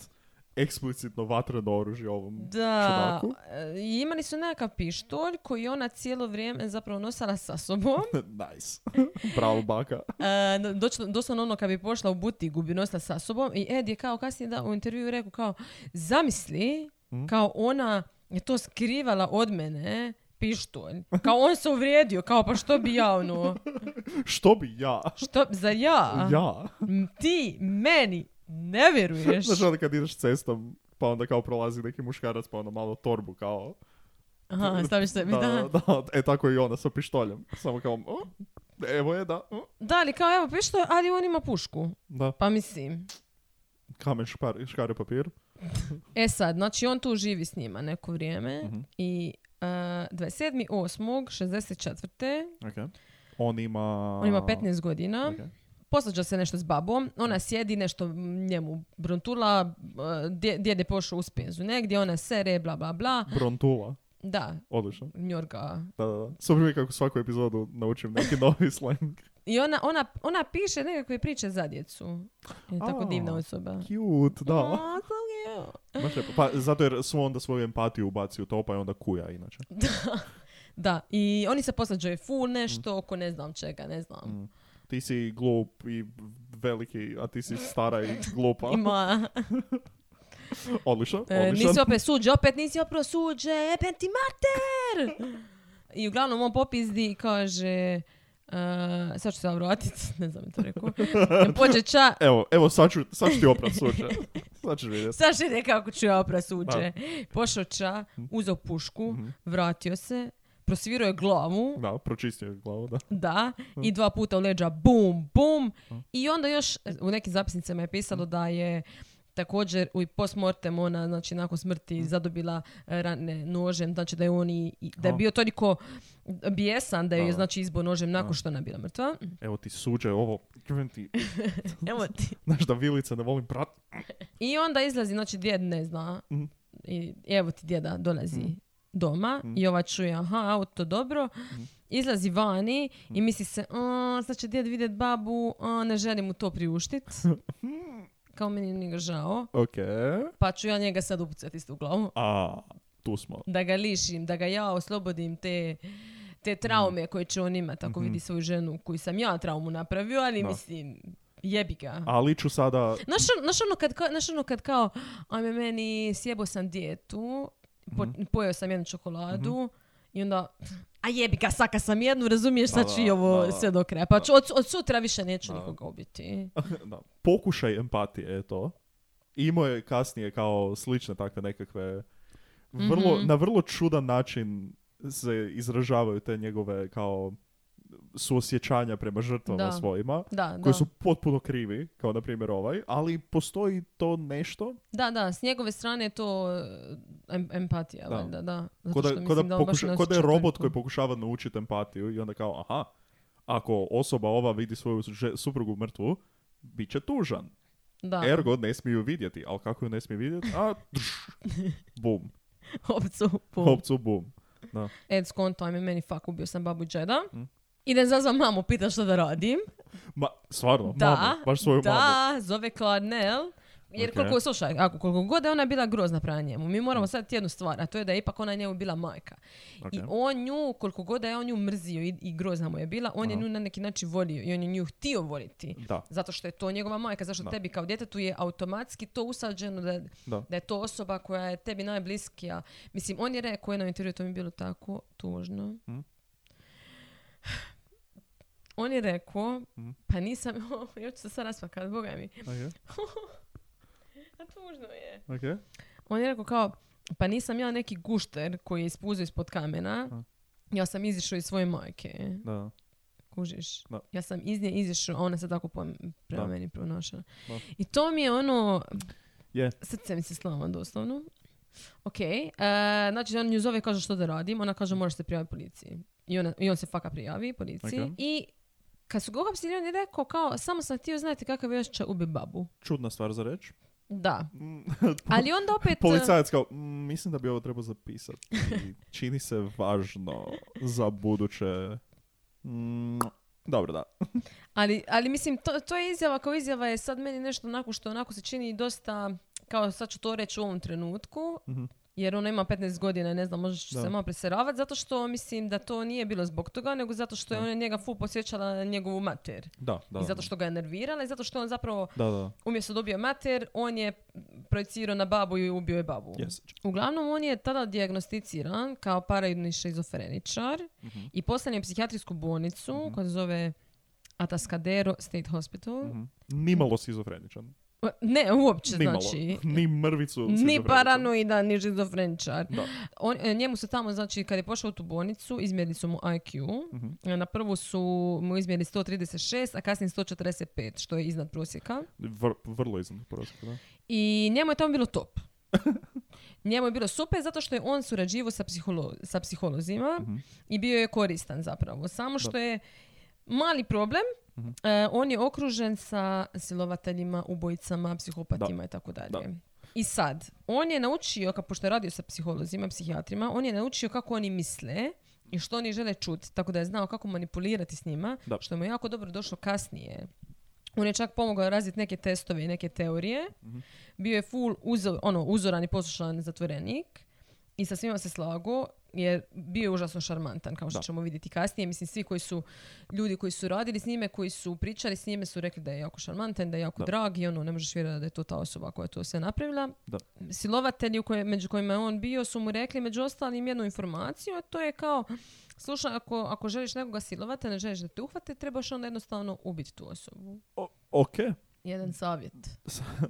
Speaker 4: eksplicitno vatreno oružje ovom
Speaker 5: Da,
Speaker 4: čudaku.
Speaker 5: e, imali su nekakav pištolj koji je ona cijelo vrijeme zapravo nosala
Speaker 4: [LAUGHS]
Speaker 5: sa sobom.
Speaker 4: [LAUGHS] nice. Bravo baka.
Speaker 5: E, no, dočno- doslovno ono kad bi pošla u butigu bi nosila sa sobom i Ed je kao kasnije da, u intervju rekao kao zamisli
Speaker 4: Mm.
Speaker 5: kao ona je to skrivala od mene pištolj. Kao on se uvrijedio, kao pa što bi ja ono,
Speaker 4: Što bi ja?
Speaker 5: što za ja,
Speaker 4: Ja.
Speaker 5: M, ti meni ne
Speaker 4: [LAUGHS]
Speaker 5: vjeruješ.
Speaker 4: Znaš ono, onda kad ideš cestom pa onda kao prolazi neki muškarac pa ono malo torbu kao
Speaker 5: Aha, staviš sebi, da.
Speaker 4: da, da, e tako i ona sa pištoljem. Samo kao, o, evo je, da, o,
Speaker 5: Da, ali kao evo pištolj, ali on ima pušku.
Speaker 4: da,
Speaker 5: Pa mislim,
Speaker 4: kamen, špar, škare, papir.
Speaker 5: E sad, znači on tu živi s njima neko vrijeme
Speaker 4: Mhm.
Speaker 5: i uh, 27.8.64.
Speaker 4: Okay. On ima...
Speaker 5: On ima 15 godina.
Speaker 4: Ok.
Speaker 5: Posvađa se nešto s babom. Ona sjedi nešto njemu brunturla, djede djed je pošao u spenzu negdje, ona sere, bla, bla, bla.
Speaker 4: Brontula,
Speaker 5: Da,
Speaker 4: odlično.
Speaker 5: njorga.
Speaker 4: Da, da, da. Super mi je kako svaku epizodu naučim neki novi slang.
Speaker 5: I ona, ona, ona piše nekakve priče za djecu. Je tako
Speaker 4: A,
Speaker 5: divna osoba.
Speaker 4: Cute,
Speaker 5: A,
Speaker 4: da.
Speaker 5: so cute.
Speaker 4: Baš lijepo. Pa zato jer su onda svoju empatiju ubaci u to pa je onda kuja inače.
Speaker 5: Da, i oni se posvađaju ful nešto oko ne znam čega, ne znam.
Speaker 4: Ti si glup i veliki, a ti si stara i glupa.
Speaker 5: Ima,
Speaker 4: Odlično,
Speaker 5: E,
Speaker 4: odlično.
Speaker 5: nisi opet suđe, opet nisi opro suđe, jebem ti mater! I uglavnom on popizdi i kaže, E, sad ću se ja vratiti, [LAUGHS] ne znam je to rekao. Počeća,
Speaker 4: Evo, evo sad ću, sad ću ti oprat suđe. Sad ćeš vidjeti.
Speaker 5: Saš je kako ću ja oprat suđe. Pošao ča, uzeo pušku, vratio se, prosvirao je glavu,
Speaker 4: Da, pročistio je glavu, da.
Speaker 5: da, i dva puta u leđa bum, bum. I onda još e, u nekim zapisnicama je pisalo da je također u postmortem ona, znači nakon smrti zadobila e, rane nožem, znači da je on i, i- da je
Speaker 4: O.
Speaker 5: bio toliko bijesan da ju je
Speaker 4: Da.
Speaker 5: znači izbo nožem nakon što je ona bila mrtva.
Speaker 4: Evo ti suđe ovo. Kven ti,
Speaker 5: Evo ti.
Speaker 4: znaš da vilice ne volim brat.
Speaker 5: I onda izlazi, znači djed ne zna.
Speaker 4: Mhm.
Speaker 5: I evo ti djeda dolazi doma i ova čuje, aha, auto dobro.
Speaker 4: Mhm.
Speaker 5: Izlazi vani i misli se, a, sad će djed vidjet babu, a, ne želim mu to priuštit.
Speaker 4: [LAUGHS]
Speaker 5: Kao meni nije ga žao.
Speaker 4: Ok.
Speaker 5: Pa ću ja njega sad upucati isto u glavu.
Speaker 4: A, tu smo.
Speaker 5: Da ga lišim, da ga ja oslobodim te
Speaker 4: Mhm.
Speaker 5: te traume koje će on imati ako vidi svoju ženu koju sam ja traumu napravio, ali
Speaker 4: Da.
Speaker 5: mislim, jebi ga.
Speaker 4: Ali ću sada...
Speaker 5: Znaš, on- znaš ono kad, kao- znaš ono kad kao, ajme meni sjebo sam dijetu, po,
Speaker 4: Mhm.
Speaker 5: pojeo sam jednu čokoladu i onda, a jebi ga, saka sam jednu, razumiješ, sad ću i
Speaker 4: Pa da,
Speaker 5: ovo
Speaker 4: da, da.
Speaker 5: sve do kraja. Pa ću, od, od sutra više neću nikoga ubiti.
Speaker 4: da, pokušaj empatije je to. Imao je kasnije kao slične takve nekakve... Vrlo,
Speaker 5: Mhm.
Speaker 4: Na vrlo čudan način se izražavaju te njegove kao suosjećanja prema žrtvama
Speaker 5: Da.
Speaker 4: svojima.
Speaker 5: Da, da.
Speaker 4: koji su potpuno krivi, kao na primjer ovaj, ali postoji to nešto,
Speaker 5: Da, da, s njegove strane je to e, em- empatija,
Speaker 4: Da.
Speaker 5: valjda, da.
Speaker 4: ko
Speaker 5: Zato
Speaker 4: da,
Speaker 5: što
Speaker 4: ko da
Speaker 5: mislim da on baš
Speaker 4: pokuša-
Speaker 5: ne
Speaker 4: ko da je
Speaker 5: osjeća
Speaker 4: robot
Speaker 5: toliko.
Speaker 4: koji pokušava naučiti empatiju i onda kao, aha, ako osoba ova vidi svoju že- suprugu mrtvu, bit će tužan.
Speaker 5: Da,
Speaker 4: Ergo, ne smiju ju vidjeti. Ali kako ju ne smije vidjeti? A, drš, bum.
Speaker 5: [LAUGHS] opcu, pum.
Speaker 4: Hopcu, bum. Da.
Speaker 5: Ed skonto, ajme meni, fuck, ubio sam babu Jeda.
Speaker 4: Mhm.
Speaker 5: Idem zazvam mamu, pitam što da radim.
Speaker 4: Ma, stvarno,
Speaker 5: Da,
Speaker 4: Pa, mamu, baš svoju
Speaker 5: da,
Speaker 4: mamu.
Speaker 5: zove Clarnell. Jer
Speaker 4: Ok.
Speaker 5: koliko, slušaj, ako koliko god da je ona bila grozna prema njemu, mi moramo sad jednu stvar, a to je da je ipak ona njemu bila majka. I
Speaker 4: Ok.
Speaker 5: on nju, koliko god da je on nju mrzio i, i grozna mu je bila, on je nju na neki način volio i on je nju htio voliti.
Speaker 4: Da.
Speaker 5: Zato što je to njegova majka, zašto
Speaker 4: Da.
Speaker 5: tebi kao djetetu je automatski to usađeno da,
Speaker 4: Da.
Speaker 5: da je to osoba koja je tebi najbliskija. Mislim, on je rekao u jednom intervju, to mi je bilo tako tužno.
Speaker 4: Mm.
Speaker 5: On je rekao,
Speaker 4: Mm.
Speaker 5: pa nisam, [LAUGHS] ja ću se sad raspakat, boga mi.
Speaker 4: Ok,
Speaker 5: A Pa tužno je.
Speaker 4: ok.
Speaker 5: On je rekao kao, pa nisam ja neki gušter koji je ispuzio ispod kamena,
Speaker 4: Mm.
Speaker 5: ja sam izišao iz svoje majke.
Speaker 4: Da.
Speaker 5: Kužiš?
Speaker 4: Da.
Speaker 5: Ja sam iz nje izišao, a ona se tako pom- prema
Speaker 4: Da.
Speaker 5: meni ponašala.
Speaker 4: Da.
Speaker 5: I to mi je ono,
Speaker 4: Je.
Speaker 5: srce mi se slama doslovno. Ok, e, znači on nju zove i kaže što da radim, ona kaže moraš se prijaviti policiji. I, ona, I on se faka prijavi policiji.
Speaker 4: Ok.
Speaker 5: I kad su ga uhapsili, on je rekao kao, samo sam htio znati kakav je osjećaj ubi babu.
Speaker 4: Čudna stvar za reći.
Speaker 5: [LAUGHS] Da. Ali onda
Speaker 4: [LAUGHS]
Speaker 5: opet...
Speaker 4: Policajac kao, "Mm, mislim da bi ovo trebao zapisati. I Čini se važno za buduće... Mm, Dobro, da.
Speaker 5: Ali, ali mislim, to, to je izjava kao izjava je sad meni nešto onako što onako se čini dosta, kao sad ću to reći u ovom trenutku,
Speaker 4: Mhm.
Speaker 5: jer ona ima 15 godina, i ne znam, možda ću
Speaker 4: Da.
Speaker 5: se malo preseravati, zato što mislim da to nije bilo zbog toga, nego zato što je ona njega full posjećala na njegovu mater.
Speaker 4: Da, da.
Speaker 5: I zato što ga je nervirala i zato što je on zapravo
Speaker 4: Da, da.
Speaker 5: umjesto dobio je mater, on je projecirao na babu i ubio je babu.
Speaker 4: Yes.
Speaker 5: Uglavnom, on je tada dijagnosticiran kao paraidni šizofreničar
Speaker 4: Mhm.
Speaker 5: i poslan je u psihijatrijsku bolnicu koja se zove Atascadero State Hospital.
Speaker 4: Mhm. Nimalo šizofreničan.
Speaker 5: O, Ne, uopće,
Speaker 4: Nimalo. [LAUGHS]
Speaker 5: znači,
Speaker 4: Ni mrvicu
Speaker 5: ni
Speaker 4: šizofreničan.
Speaker 5: paranoidan, ni šizofreničar.
Speaker 4: Da.
Speaker 5: On, e, njemu se tamo, znači, kad je pošao u tu bolnicu, izmjerili su mu IQ.
Speaker 4: Mhm.
Speaker 5: E, Na prvu su mu izmjerili 136, a kasnije 145, što je iznad prosjeka.
Speaker 4: Vr- vrlo iznad prosjeka, da.
Speaker 5: I njemu je tamo bilo top. njemu je bilo super zato što je on surađivao sa, psiholo- sa psiholozima
Speaker 4: Mhm.
Speaker 5: i bio je koristan zapravo. Samo što je mali problem,
Speaker 4: Mhm.
Speaker 5: e, on je okružen sa silovateljima, ubojicama, psihopatima i tako
Speaker 4: Da.
Speaker 5: dalje. I sad, on je naučio, kako pošto je radio sa psiholozima, psihijatrima, on je naučio kako oni misle i što oni žele čuti, tako da je znao kako manipulirati s njima,
Speaker 4: Da.
Speaker 5: što mu je jako dobro došlo kasnije. On je čak pomogao razviti neke testove i neke teorije.
Speaker 4: Mhm.
Speaker 5: Bio je full uzo- ono, uzoran i poslušan zatvorenik i sa svima se slago jer bio je užasno šarmantan, kao što
Speaker 4: Da.
Speaker 5: ćemo vidjeti kasnije. Mislim, svi koji su, ljudi koji su radili s njime, koji su pričali s njime su rekli da je jako šarmantan, da je jako
Speaker 4: Da.
Speaker 5: drag i ono, ne možeš vjerovati da je to ta osoba koja je to sve napravila.
Speaker 4: Da.
Speaker 5: Silovatelji u koje- među kojima je on bio su mu rekli među ostalim jednu informaciju, a to je kao Slušaj, ako, ako želiš nekoga silovati, ne želiš da te uhvate, trebaš onda jednostavno ubiti tu osobu.
Speaker 4: O- ok, [LAUGHS]
Speaker 5: Jedan savjet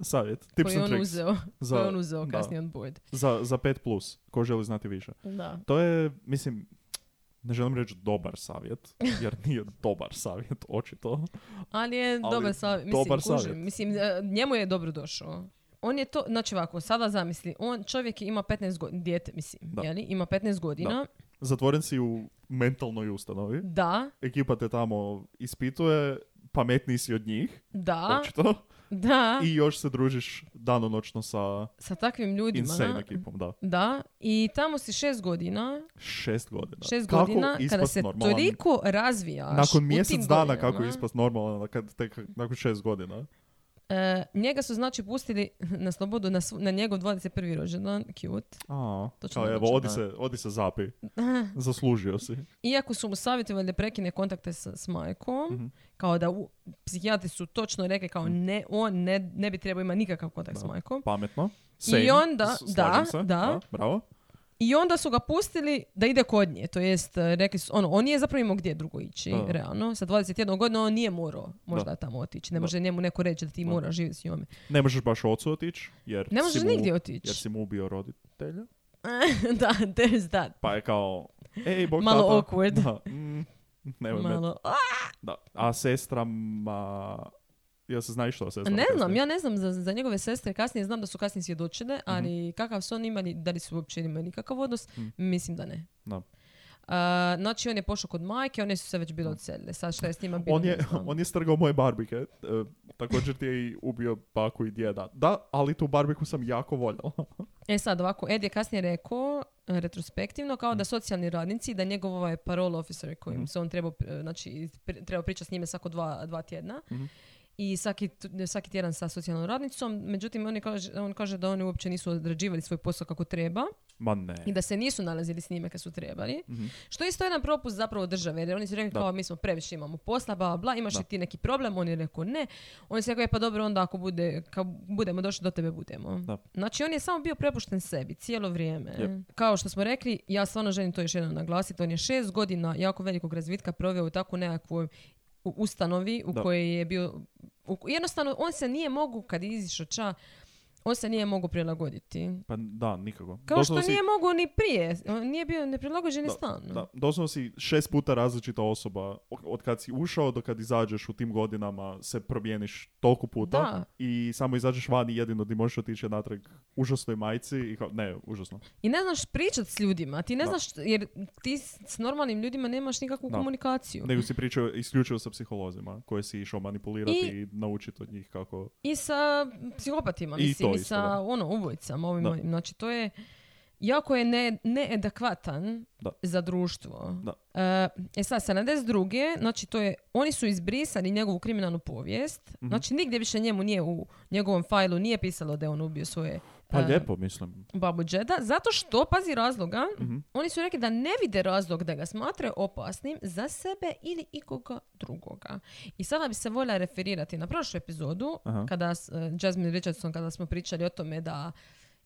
Speaker 4: savjet. Tips
Speaker 5: koji je
Speaker 4: Mm. and
Speaker 5: on
Speaker 4: tricks.
Speaker 5: uzeo, [LAUGHS]
Speaker 4: Za-
Speaker 5: koji je on uzeo
Speaker 4: da.
Speaker 5: kasnije on board.
Speaker 4: Za, za 5 plus, ko želi znati više.
Speaker 5: Da.
Speaker 4: To je, mislim, ne želim reći dobar
Speaker 5: [LAUGHS]
Speaker 4: savjet, jer nije dobar savjet, očito.
Speaker 5: Ali je
Speaker 4: Ali
Speaker 5: dobar savjet. Mislim,
Speaker 4: dobar
Speaker 5: kužim,
Speaker 4: savjet.
Speaker 5: mislim, e, njemu je dobro došao. On je to, znači ovako, sada zamisli, on čovjek ima 15 godina, dijete mislim,
Speaker 4: Da.
Speaker 5: jeli? ima 15 godina,
Speaker 4: Zatvoren si u mentalnoj ustanovi,
Speaker 5: da,
Speaker 4: ekipa te tamo ispituje, pametniji si od njih,
Speaker 5: da,
Speaker 4: očito,
Speaker 5: da,
Speaker 4: i još se družiš danonočno sa
Speaker 5: sa takvim ljudima,
Speaker 4: insane ekipom, da.
Speaker 5: da, i tamo si šest godina,
Speaker 4: Šest godina.
Speaker 5: šest
Speaker 4: Kako
Speaker 5: godina, kada
Speaker 4: ispast
Speaker 5: se
Speaker 4: normalan?
Speaker 5: toliko razvijaš
Speaker 4: Nakon
Speaker 5: u
Speaker 4: mjesec
Speaker 5: tim
Speaker 4: dana
Speaker 5: godinama,
Speaker 4: kako ispast normalno, kad, tek, nakon šest godina.
Speaker 5: e, njega su znači pustili na slobodu na, sv- na njegov 21. rođendan, cute, [LAUGHS]
Speaker 4: A,
Speaker 5: Točno
Speaker 4: kao, evo,
Speaker 5: dođe,
Speaker 4: odi
Speaker 3: da.
Speaker 4: se, odi se zapi. Zaslužio si.
Speaker 5: Iako su mu savjetovali da prekine kontakte s, s majkom,
Speaker 4: Mhm.
Speaker 5: kao da u, psihijatri su točno rekli kao ne, on ne, ne bi trebao imati nikakav kontakt
Speaker 4: Da.
Speaker 5: s majkom.
Speaker 4: Pametno. Same,
Speaker 5: onda-
Speaker 4: s- slažem
Speaker 5: da,
Speaker 4: se,
Speaker 5: da.
Speaker 4: bravo.
Speaker 5: I onda su ga pustili da ide kod nje, to jest e, rekli su, ono, on je zapravo imao gdje drugo ići,
Speaker 4: Da.
Speaker 5: realno. Sa 21 godina on nije morao možda tamo otići. Ne
Speaker 4: Da.
Speaker 5: može njemu neko reći da ti
Speaker 4: Da.
Speaker 5: moraš živjeti s njome.
Speaker 4: Ne možeš baš ocu otići, jer
Speaker 5: Ne
Speaker 4: si
Speaker 5: možeš
Speaker 4: mu-
Speaker 5: nigdje
Speaker 4: Jer
Speaker 5: otići.
Speaker 4: si mu ubio roditelja.
Speaker 5: [LAUGHS] da, there's that.
Speaker 4: Pa je kao, ej, bog
Speaker 5: Malo
Speaker 4: tata.
Speaker 5: awkward.
Speaker 4: Da, mm, nemoj me-
Speaker 5: Malo. A,
Speaker 4: Da. A sestrama... Ja se znaš što o sestrama?
Speaker 5: ne znam,
Speaker 4: kasnije?
Speaker 5: ja ne znam za, za njegove sestre kasnije, znam da su kasnije svjedočile, ali kakav su oni imali, da li su uopće imali nikakav odnos,
Speaker 4: Mhm.
Speaker 5: mislim da ne.
Speaker 4: Da.
Speaker 5: A, znači on je pošao kod majke, one su se već bile odselile, sad šta je s njima bilo,
Speaker 4: On je,
Speaker 5: ne znam.
Speaker 4: on je strgao moje barbike. E, također ti je i ubio baku i djeda. Da, ali tu barbiku sam jako voljela.
Speaker 5: E sad ovako, Ed je kasnije rekao e, retrospektivno kao da socijalni radnici da njegov ovaj parole officer kojim
Speaker 4: Mhm.
Speaker 5: se on trebao, e, znači, pri- trebao pričati s njime svako dva, dva tjedna
Speaker 4: Mhm.
Speaker 5: i svaki, tu- svaki tjedan sa socijalnom radnicom, međutim on, je kaže, on kaže da oni uopće nisu odrađivali svoj posao kako treba
Speaker 4: Ma ne.
Speaker 5: i da se nisu nalazili s njime kad su trebali.
Speaker 4: Mhm.
Speaker 5: Što je isto jedan propust zapravo države, jer oni su rekli
Speaker 4: Da.
Speaker 5: kao mi smo previše imamo posla, bla, bla, bla, imaš
Speaker 4: Da.
Speaker 5: li ti neki problem, on je rekao ne. On se rekao, e pa dobro, onda ako bude, kad budemo došli do tebe, budemo.
Speaker 4: Da.
Speaker 5: Znači on je samo bio prepušten sebi cijelo vrijeme.
Speaker 4: Yep.
Speaker 5: Kao što smo rekli, ja stvarno želim to još jednom naglasiti, on je šest godina jako velikog razvitka proveo u takvu nekakvoj u- ustanovi u
Speaker 4: Da.
Speaker 5: kojoj je bio... u- jednostavno, on se nije mogu, kad je izišao ča, on se nije mogao prilagoditi.
Speaker 4: Pa da, nikako.
Speaker 5: Kao
Speaker 4: Doslovno
Speaker 5: što
Speaker 4: si-
Speaker 5: nije mogao ni prije, on nije bio neprilagođen ni
Speaker 4: Da,
Speaker 5: stalno.
Speaker 4: Da, doslovno si šest puta različita osoba. O- Od kad si ušao do kad izađeš u tim godinama se promijeniš toliko puta
Speaker 5: Da.
Speaker 4: i samo izađeš van i jedino ti možeš otići natrag užasnoj majci i kao, ne, užasno.
Speaker 5: I ne znaš pričat s ljudima, ti ne
Speaker 4: Da.
Speaker 5: znaš, jer ti s s normalnim ljudima nemaš nikakvu
Speaker 4: Da.
Speaker 5: komunikaciju.
Speaker 4: Nego si pričao isključivo sa psiholozima koje si išao manipulirati
Speaker 5: I-
Speaker 4: i, naučiti od njih kako...
Speaker 5: I sa psihopatima,
Speaker 4: I
Speaker 5: mislim, i,
Speaker 4: to isto,
Speaker 5: sa
Speaker 4: da.
Speaker 5: ono, ubojicama, ovim,
Speaker 4: Da.
Speaker 5: onim. Znači, to je, jako je ne, neadekvatan
Speaker 4: Da.
Speaker 5: za društvo.
Speaker 4: Da.
Speaker 5: E, E sad, 72. Znači, to je, oni su izbrisali njegovu kriminalnu povijest.
Speaker 4: Mhm.
Speaker 5: Znači, nigdje više njemu nije u njegovom fajlu nije pisalo da je on ubio svoje
Speaker 4: Pa
Speaker 5: e,
Speaker 4: lijepo, mislim.
Speaker 5: babu džeda, zato što, pazi razloga,
Speaker 4: Mhm.
Speaker 5: oni su rekli da ne vide razlog da ga smatraju opasnim za sebe ili ikoga drugoga. I sada bi se voljela referirati na prošlu epizodu,
Speaker 4: Aha.
Speaker 5: kada s- eh, Jasmine Richardson, kada smo pričali o tome da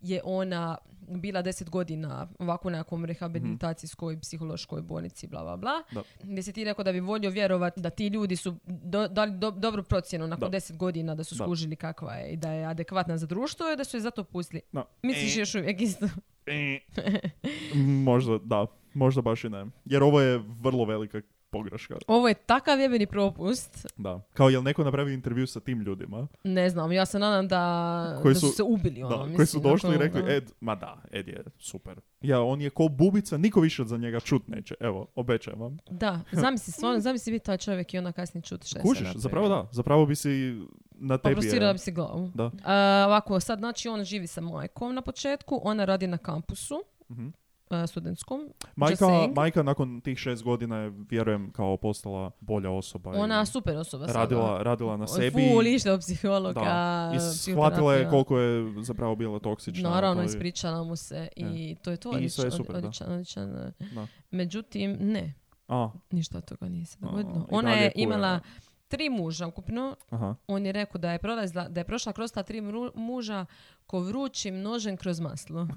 Speaker 5: je ona bila deset godina ovako u nekakvom rehabilitacijskoj, psihološkoj bolnici, bla, bla, bla.
Speaker 4: Mhm. Da.
Speaker 5: Gdje si ti rekao da bi volio vjerovati da ti ljudi su do- dali do- dobru procjenu nakon
Speaker 4: Da.
Speaker 5: deset godina da su
Speaker 4: Da.
Speaker 5: skužili kakva je i da je adekvatna za društvo i da su je zato pustili.
Speaker 4: No.
Speaker 5: Misliš još uvijek isto?
Speaker 4: E,
Speaker 5: [LAUGHS]
Speaker 4: Možda, da. Možda baš i ne. Jer ovo je vrlo velika pogreška.
Speaker 5: Ovo je takav jebeni propust.
Speaker 4: Da. Kao jel neko napravi intervju sa tim ljudima
Speaker 5: Ne znam, ja se nadam da,
Speaker 4: Koji
Speaker 5: da su,
Speaker 4: su-
Speaker 5: se ubili. Ono,
Speaker 4: da,
Speaker 5: mislim,
Speaker 4: koji su došli i
Speaker 5: nakon
Speaker 4: rekli, "E,
Speaker 5: ovoga.
Speaker 4: Ed, ma da, Ed je super. Ja, on je ko bubica, niko više za njega čut neće. Evo, obećajem vam.
Speaker 5: Da, zamisli, stvarno, zamisli biti taj čovjek i onda kasnije čuti šta je se
Speaker 4: Kužiš,
Speaker 5: napravio.
Speaker 4: zapravo da. Zapravo bi si na tebi je-
Speaker 5: Oprostirala bi si glavu.
Speaker 4: Da.
Speaker 5: A, ovako, sad, znači, on živi sa majkom na početku, ona radi na kampusu,
Speaker 4: Mhm.
Speaker 5: a, studentskom.
Speaker 4: Majka,
Speaker 5: saying.
Speaker 4: majka nakon tih šest godina je, vjerujem, kao postala bolja osoba. Pa i
Speaker 5: Ona super osoba sada.
Speaker 4: radila, radila na sebi.
Speaker 5: Ful, išla u psihologa,
Speaker 4: Da. I shvatila
Speaker 5: psihoterapija.
Speaker 4: je koliko je zapravo bila toksična.
Speaker 5: Naravno,
Speaker 4: to je- E.
Speaker 5: ispričala mu se i to je to.
Speaker 4: I sve je
Speaker 5: odlič-
Speaker 4: super, da.
Speaker 5: odličan, odličan, eh.
Speaker 4: Da.
Speaker 5: Međutim, ne,
Speaker 4: A,
Speaker 5: ništa od toga nije se
Speaker 4: A,
Speaker 5: dogodilo.
Speaker 4: i
Speaker 5: Ona
Speaker 4: dalje
Speaker 5: je
Speaker 4: kuje,
Speaker 5: imala tri muža ukupno.
Speaker 4: Aha.
Speaker 5: On je rekao da je, prolazila, da je prošla kroz ta tri mru- muža ko vrućim nožem kroz maslo.
Speaker 4: [LAUGHS]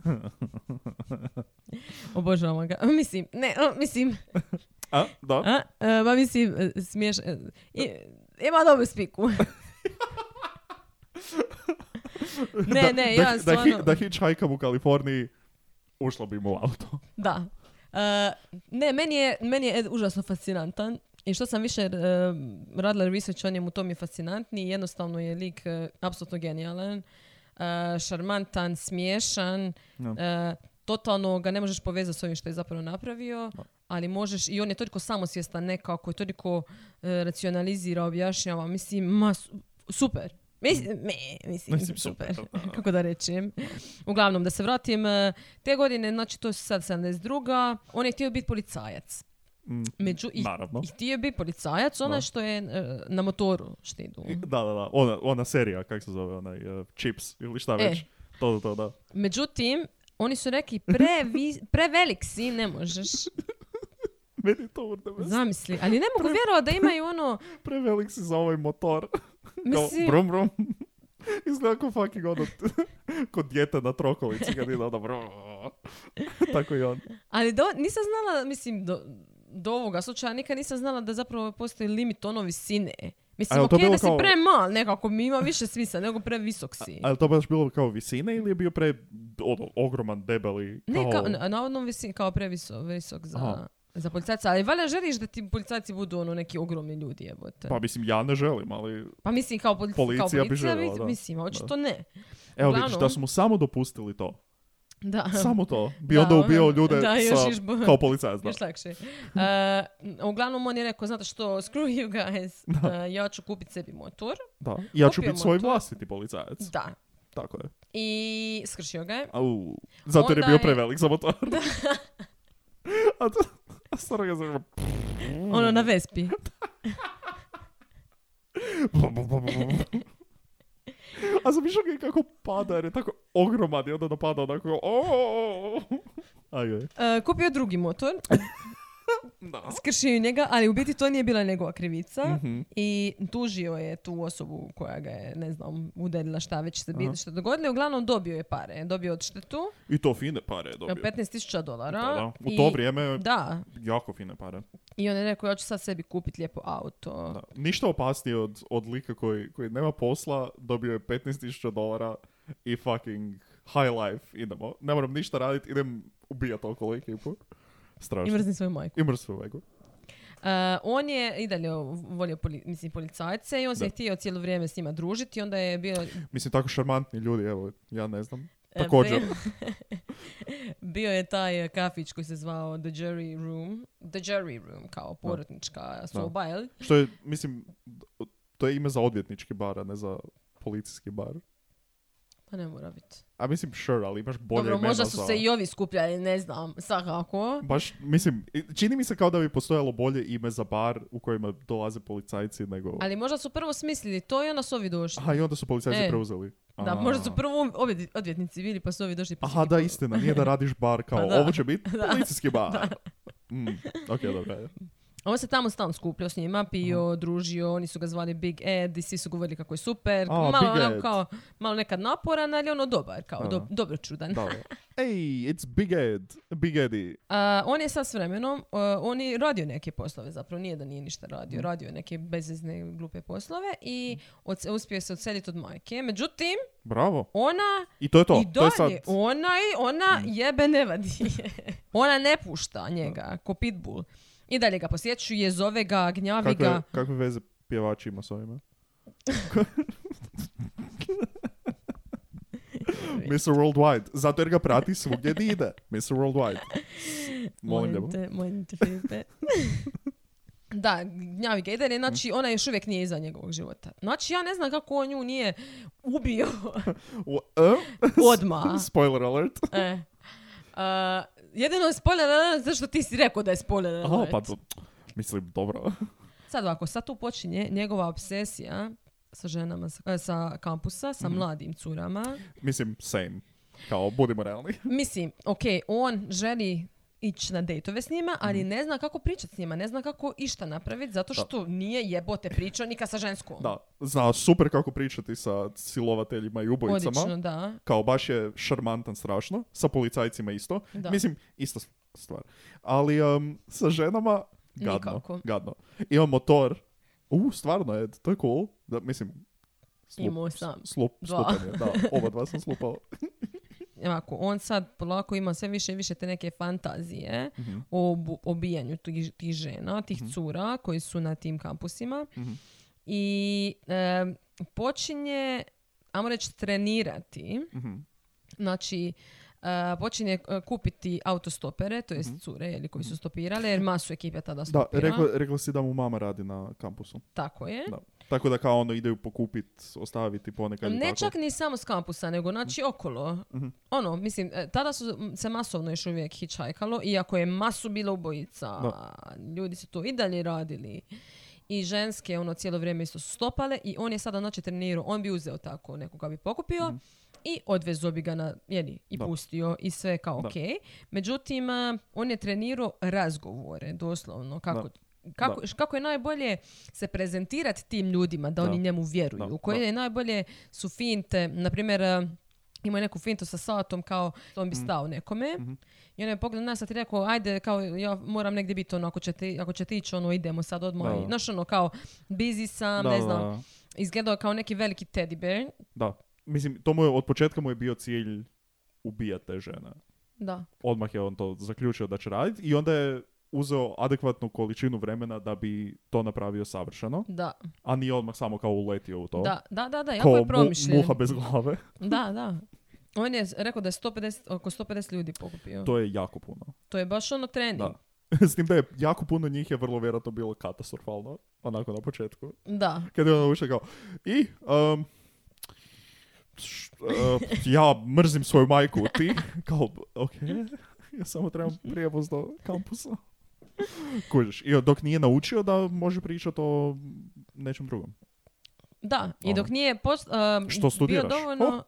Speaker 5: Obožavam ga. [LAUGHS] Mislim, ne, a, mislim,
Speaker 4: A, [LAUGHS] da.
Speaker 5: a, e, ma mislim, e, smiješ, e, i- ima dobru spiku. [LAUGHS] ne, ne,
Speaker 4: da,
Speaker 5: ja
Speaker 4: da,
Speaker 5: stvarno...
Speaker 4: hi, da hitchhikam u Kaliforniji, ušla bi mu u auto.
Speaker 5: Da. E, ne, meni je, meni je Ed užasno fascinantan. I što sam više e, radila research o njemu, to mi je fascinantni. Jednostavno je lik e, apsolutno genijalan, e, šarmantan, smiješan.
Speaker 4: No.
Speaker 5: e, totalno ga ne možeš povezati s ovim što je zapravo napravio, ali možeš, i on je toliko samosvjestan nekako, i toliko e, racionalizira, objašnjava, mislim, ma, su- super. Mislim, me, Mm. mislim,
Speaker 4: Mislim, super,
Speaker 5: super. [LAUGHS] Kako da rečem. Uglavnom, da se vratim, e, te godine, znači to je sad 72. On je htio biti policajac.
Speaker 4: Mm,
Speaker 5: Među, i,
Speaker 4: Naravno.
Speaker 5: i htio je biti policajac, onaj
Speaker 4: Da.
Speaker 5: što je e, na motoru što idu.
Speaker 4: I- Da, da, da. Ona, ona serija, kak se zove, onaj uh, Chips ili šta
Speaker 5: E.
Speaker 4: već. To, to, da.
Speaker 5: Međutim, oni su rekli, previ- prevelik si, ne možeš.
Speaker 4: Meni je to urde bez-
Speaker 5: Zamisli. Ali ne mogu vjerovati da imaju ono,
Speaker 4: Prevelik si za ovaj motor. [LAUGHS] Kao,
Speaker 5: mislim,
Speaker 4: brum, brum. [LAUGHS] Izgleda kao fucking ono, [LAUGHS] kod djete na trokolici kad ide ono, brum. [LAUGHS] Tako i on.
Speaker 5: ali do, nisam znala, mislim, do, do ovoga slučaja nikad nisam znala da zapravo postoji limit ono visine. Mislim,
Speaker 4: A je li to
Speaker 5: okej
Speaker 4: bilo
Speaker 5: da si
Speaker 4: kao-
Speaker 5: premal nekako, mi ima više smisla nego previsok si.
Speaker 4: Ali to baš bilo kao visine ili je bio pre ono, ogroman, debeli?
Speaker 5: Ne,
Speaker 4: kao-
Speaker 5: kao, na- navodno visini, kao previsok visok za,
Speaker 4: Aha.
Speaker 5: za policajca. Ali valjda želiš da ti policajci budu ono neki ogromni ljudi,
Speaker 4: Pa
Speaker 5: jebote. Pa,
Speaker 4: mislim, ja ne želim, ali...
Speaker 5: mislim, kao, polic- kao
Speaker 4: Policija
Speaker 5: policija,
Speaker 4: bi željela,
Speaker 5: bi-
Speaker 4: da.
Speaker 5: mislim, a očito ne.
Speaker 4: Evo vidiš,
Speaker 5: Uglavnom-
Speaker 4: da smo samo dopustili to.
Speaker 5: Da.
Speaker 4: Samo to. Bi
Speaker 5: Da,
Speaker 4: onda ubio
Speaker 5: ono,
Speaker 4: ljude
Speaker 5: da, još
Speaker 4: sa,
Speaker 5: iš bo-
Speaker 4: kao policajac. Da.
Speaker 5: [LAUGHS] Još lakše. E, uglavnom, on je rekao, znate što, screw you guys,
Speaker 4: [LAUGHS]
Speaker 5: e, ja ću kupiti sebi motor.
Speaker 4: Da. Ja ću
Speaker 5: Kupio
Speaker 4: biti svoj
Speaker 5: motor.
Speaker 4: vlastiti policajac.
Speaker 5: Da.
Speaker 4: Tako je.
Speaker 5: I skršio ga je.
Speaker 4: Au. Zato jer je
Speaker 5: Onda
Speaker 4: bio
Speaker 5: je-
Speaker 4: prevelik za motor. [LAUGHS] a to... A stvarno ga zove... Mm.
Speaker 5: Ono na Vespi.
Speaker 4: A zamišljam ga i kako pada jer je tako ogroman i onda napada onako... Ajoj.
Speaker 5: E, kupio je drugi motor,
Speaker 4: Da.
Speaker 5: skršio je njega, ali u biti to nije bila njegova krivica.
Speaker 4: Mhm.
Speaker 5: I tužio je tu osobu koja ga je, ne znam, udarila šta već se bi, što dogodilo. Uglavnom dobio je pare, dobio je odštetu,
Speaker 4: I to fine pare je dobio.
Speaker 5: 15.000 dolara.
Speaker 4: Da, da. U
Speaker 5: I-
Speaker 4: to vrijeme
Speaker 5: Da,
Speaker 4: jako fine pare.
Speaker 5: i on je rekao ja ću sad sebi kupiti lijepo auto.
Speaker 4: Da. Ništa opasnije od, od lika koji, koji nema posla, dobio je 15.000 dolara i fucking high life, idemo. Ne moram ništa raditi, idem ubijat okolo ekipu.
Speaker 5: I
Speaker 4: Strašno.
Speaker 5: mrzim svoju majku.
Speaker 4: I mrz svoj ego.
Speaker 5: E, on je i dalje volio poli, mislim, policajce i on se
Speaker 4: Da.
Speaker 5: je htio cijelo vrijeme s njima družiti. Onda je bio
Speaker 4: Mislim, tako šarmantni ljudi, evo, ja ne znam.
Speaker 5: E,
Speaker 4: Pa Također.
Speaker 5: bio- [LAUGHS] Bio je taj e, kafić koji se zvao The Jury Room. The Jury Room, kao porotnička soba, jel?
Speaker 4: Što je, mislim, to je ime za odvjetnički bar, a ne za policijski bar.
Speaker 5: Pa ne mora biti.
Speaker 4: A mislim, sure, ali imaš bolje
Speaker 5: Dobro,
Speaker 4: imena
Speaker 5: možda su
Speaker 4: za-
Speaker 5: se i ovi skupljali, ne znam, svakako.
Speaker 4: Baš, mislim, i- čini mi se kao da bi postojalo bolje ime za bar u kojima dolaze policajci nego...
Speaker 5: Ali možda su prvo smislili to i onda su ovi došli.
Speaker 4: Aha, i onda su policajci
Speaker 5: E.
Speaker 4: preuzeli.
Speaker 5: Da,
Speaker 4: A.
Speaker 5: možda su prvo obje- odvjetnici bili pa su ovi došli. pa su
Speaker 4: Aha,
Speaker 5: ih
Speaker 4: da,
Speaker 5: po-
Speaker 4: istina, nije da radiš bar kao,
Speaker 5: Pa [LAUGHS] da.
Speaker 4: ovo će biti policijski bar. Mm, ok, dobro. je.
Speaker 5: On se tamo stalno skupljao s njima, pio, družio, oni su ga zvali Big Ed i svi su govorili kako je super.
Speaker 4: A,
Speaker 5: malo,
Speaker 4: Big
Speaker 5: onako
Speaker 4: Ed.
Speaker 5: kao, malo nekad naporan, ali ono dobar, kao
Speaker 4: Aha.
Speaker 5: dob- dobro čudan.
Speaker 4: Da. Ej, it's Big Ed, Big Eddie.
Speaker 5: A, on je sad s vremenom, e, on je radio neke poslove zapravo, nije da nije ništa radio,
Speaker 4: Mhm.
Speaker 5: radio je neke bezvezne glupe poslove i od, uspio je se odseliti od majke. Međutim,
Speaker 4: Bravo.
Speaker 5: ona
Speaker 4: I to je to,
Speaker 5: i
Speaker 4: to
Speaker 5: dalje,
Speaker 4: je sad. Mhm.
Speaker 5: ona, i- ona jebe ne vadi.
Speaker 4: [LAUGHS]
Speaker 5: ona ne pušta njega, ko pitbull. I dalje ga posjećuje, zove ga, gnjavi
Speaker 4: Kakve,
Speaker 5: ga.
Speaker 4: kakve veze pjevač ima s
Speaker 5: [LAUGHS]
Speaker 4: ovime? Mr. Worldwide, zato jer ga prati svugdje di ide. Mr.
Speaker 5: [LAUGHS]
Speaker 4: Worldwide. Molim lijepo.
Speaker 5: te, molim te, Filipe. [LAUGHS] Da, gnjavi ga i dalje, znači ona još uvijek nije iza njegovog života. Znači ja ne znam kako on nju nije [LAUGHS] ubio
Speaker 4: U- e?
Speaker 5: odmah.
Speaker 4: Spoiler alert.
Speaker 5: E. A, jedino je spoiler alert zašto ti si rekao da je spoiler alert.
Speaker 4: Aha, pa to, mislim, dobro.
Speaker 5: Sad ovako, sad tu počinje njegova obsesija sa ženama s- e, sa kampusa, sa mladim curama.
Speaker 4: Mislim, same. Kao, budimo realni.
Speaker 5: Mislim, ok, on želi ići na dejtove s njima, ali ne zna kako pričati s njima, ne zna kako išta napraviti, zato što nije jebote pričao nikad sa ženskom.
Speaker 4: Da, zna super kako pričati sa silovateljima i ubojicama.
Speaker 5: Odlično, da.
Speaker 4: Kao baš je šarmantan strašno, sa policajcima isto.
Speaker 5: Da.
Speaker 4: Mislim, ista s- stvar. Ali em, sa ženama, gadno.
Speaker 5: Nikako.
Speaker 4: Gadno. Ima motor. U, stvarno je, to je cool. Da, mislim, slup,
Speaker 5: Imao sam
Speaker 4: slup,
Speaker 5: dva.
Speaker 4: slupan je,
Speaker 5: [LAUGHS]
Speaker 4: da, oba dva sam slupao.
Speaker 5: Ovako, on sad polako ima sve više i više te neke fantazije
Speaker 4: Mhm,
Speaker 5: o obu- obijanju tih, tih žena, tih cura koji su na tim kampusima. I e, počinje, ajmo reći, trenirati.
Speaker 4: mhm.
Speaker 5: Znači, e, počinje e, kupiti autostopere, to jest cure ili koji su stopirale, jer masu ekipe tada
Speaker 4: Mhm. Da,
Speaker 5: stopira.
Speaker 4: rekla, rekla si da mu mama radi na kampusu.
Speaker 5: Tako je.
Speaker 4: Da. Tako da kao ono ideju pokupit, ostaviti ponekad i
Speaker 5: Ne
Speaker 4: tako. Mhm.
Speaker 5: čak ni samo s kampusa, nego znači okolo. Ono, mislim, e, tada su m, se masovno još uvijek hitchhajkalo, iako je masu bilo ubojica, ljudi su to i dalje radili. I ženske, ono, cijelo vrijeme isto su stopale i on je sada, znači, trenirao, on bi uzeo tako, nekoga bi pokupio i odvezo bi ga na, jeli, i
Speaker 4: Mhm. Da.
Speaker 5: pustio i sve kao
Speaker 4: Da.
Speaker 5: ok. Međutim, a, on je trenirao razgovore, doslovno, kako... Kako,
Speaker 4: Da.
Speaker 5: š- kako je najbolje se prezentirati tim ljudima da,
Speaker 4: Da.
Speaker 5: oni njemu vjeruju.
Speaker 4: Da,
Speaker 5: Koje
Speaker 4: da.
Speaker 5: je najbolje su finte, na primjer, e, imao je neku fintu sa satom kao on
Speaker 4: Mhm.
Speaker 5: bi stao nekome i on je pogledao nas sad i rekao ajde kao ja moram negdje biti ono ako će ti, ako će ti ići ono idemo sad odmah.
Speaker 4: Da,
Speaker 5: I,
Speaker 4: da.
Speaker 5: Znaš ono kao busy sam,
Speaker 4: Da,
Speaker 5: ne
Speaker 4: da,
Speaker 5: znam.
Speaker 4: da.
Speaker 5: Izgledao je kao neki veliki teddy bear.
Speaker 4: Da. Mislim, to mu je, od početka mu je bio cilj ubijati te žene.
Speaker 5: Da.
Speaker 4: Odmah je on to zaključio da će raditi i onda je uzeo adekvatnu količinu vremena da bi to napravio savršeno,
Speaker 5: Da,
Speaker 4: a nije odmah samo kao uletio u to.
Speaker 5: da, da, da, da, jako
Speaker 4: Kao
Speaker 5: je
Speaker 4: mu-
Speaker 5: promišljen.
Speaker 4: muha bez glave.
Speaker 5: Da, da. On je rekao da je 150, oko 150 ljudi pokupio. To,
Speaker 4: To je jako puno. [LAUGHS]
Speaker 5: je baš ono trening.
Speaker 4: Da. S tim da je jako puno njih je vrlo vjerojatno bilo katastrofalno, onako na početku.
Speaker 5: da.
Speaker 4: Kad je ono ušao kao, i, um, š- uh, ja mrzim svoju majku, ti? Kao, ok, ja samo trebam prijevoz do kampusa. Kužiš, i dok nije naučio da može pričati o nečem drugom.
Speaker 5: Da, i
Speaker 4: Ono.
Speaker 5: dok nije post, um,
Speaker 4: Što studiraš?
Speaker 5: bio dovoljno...
Speaker 4: O.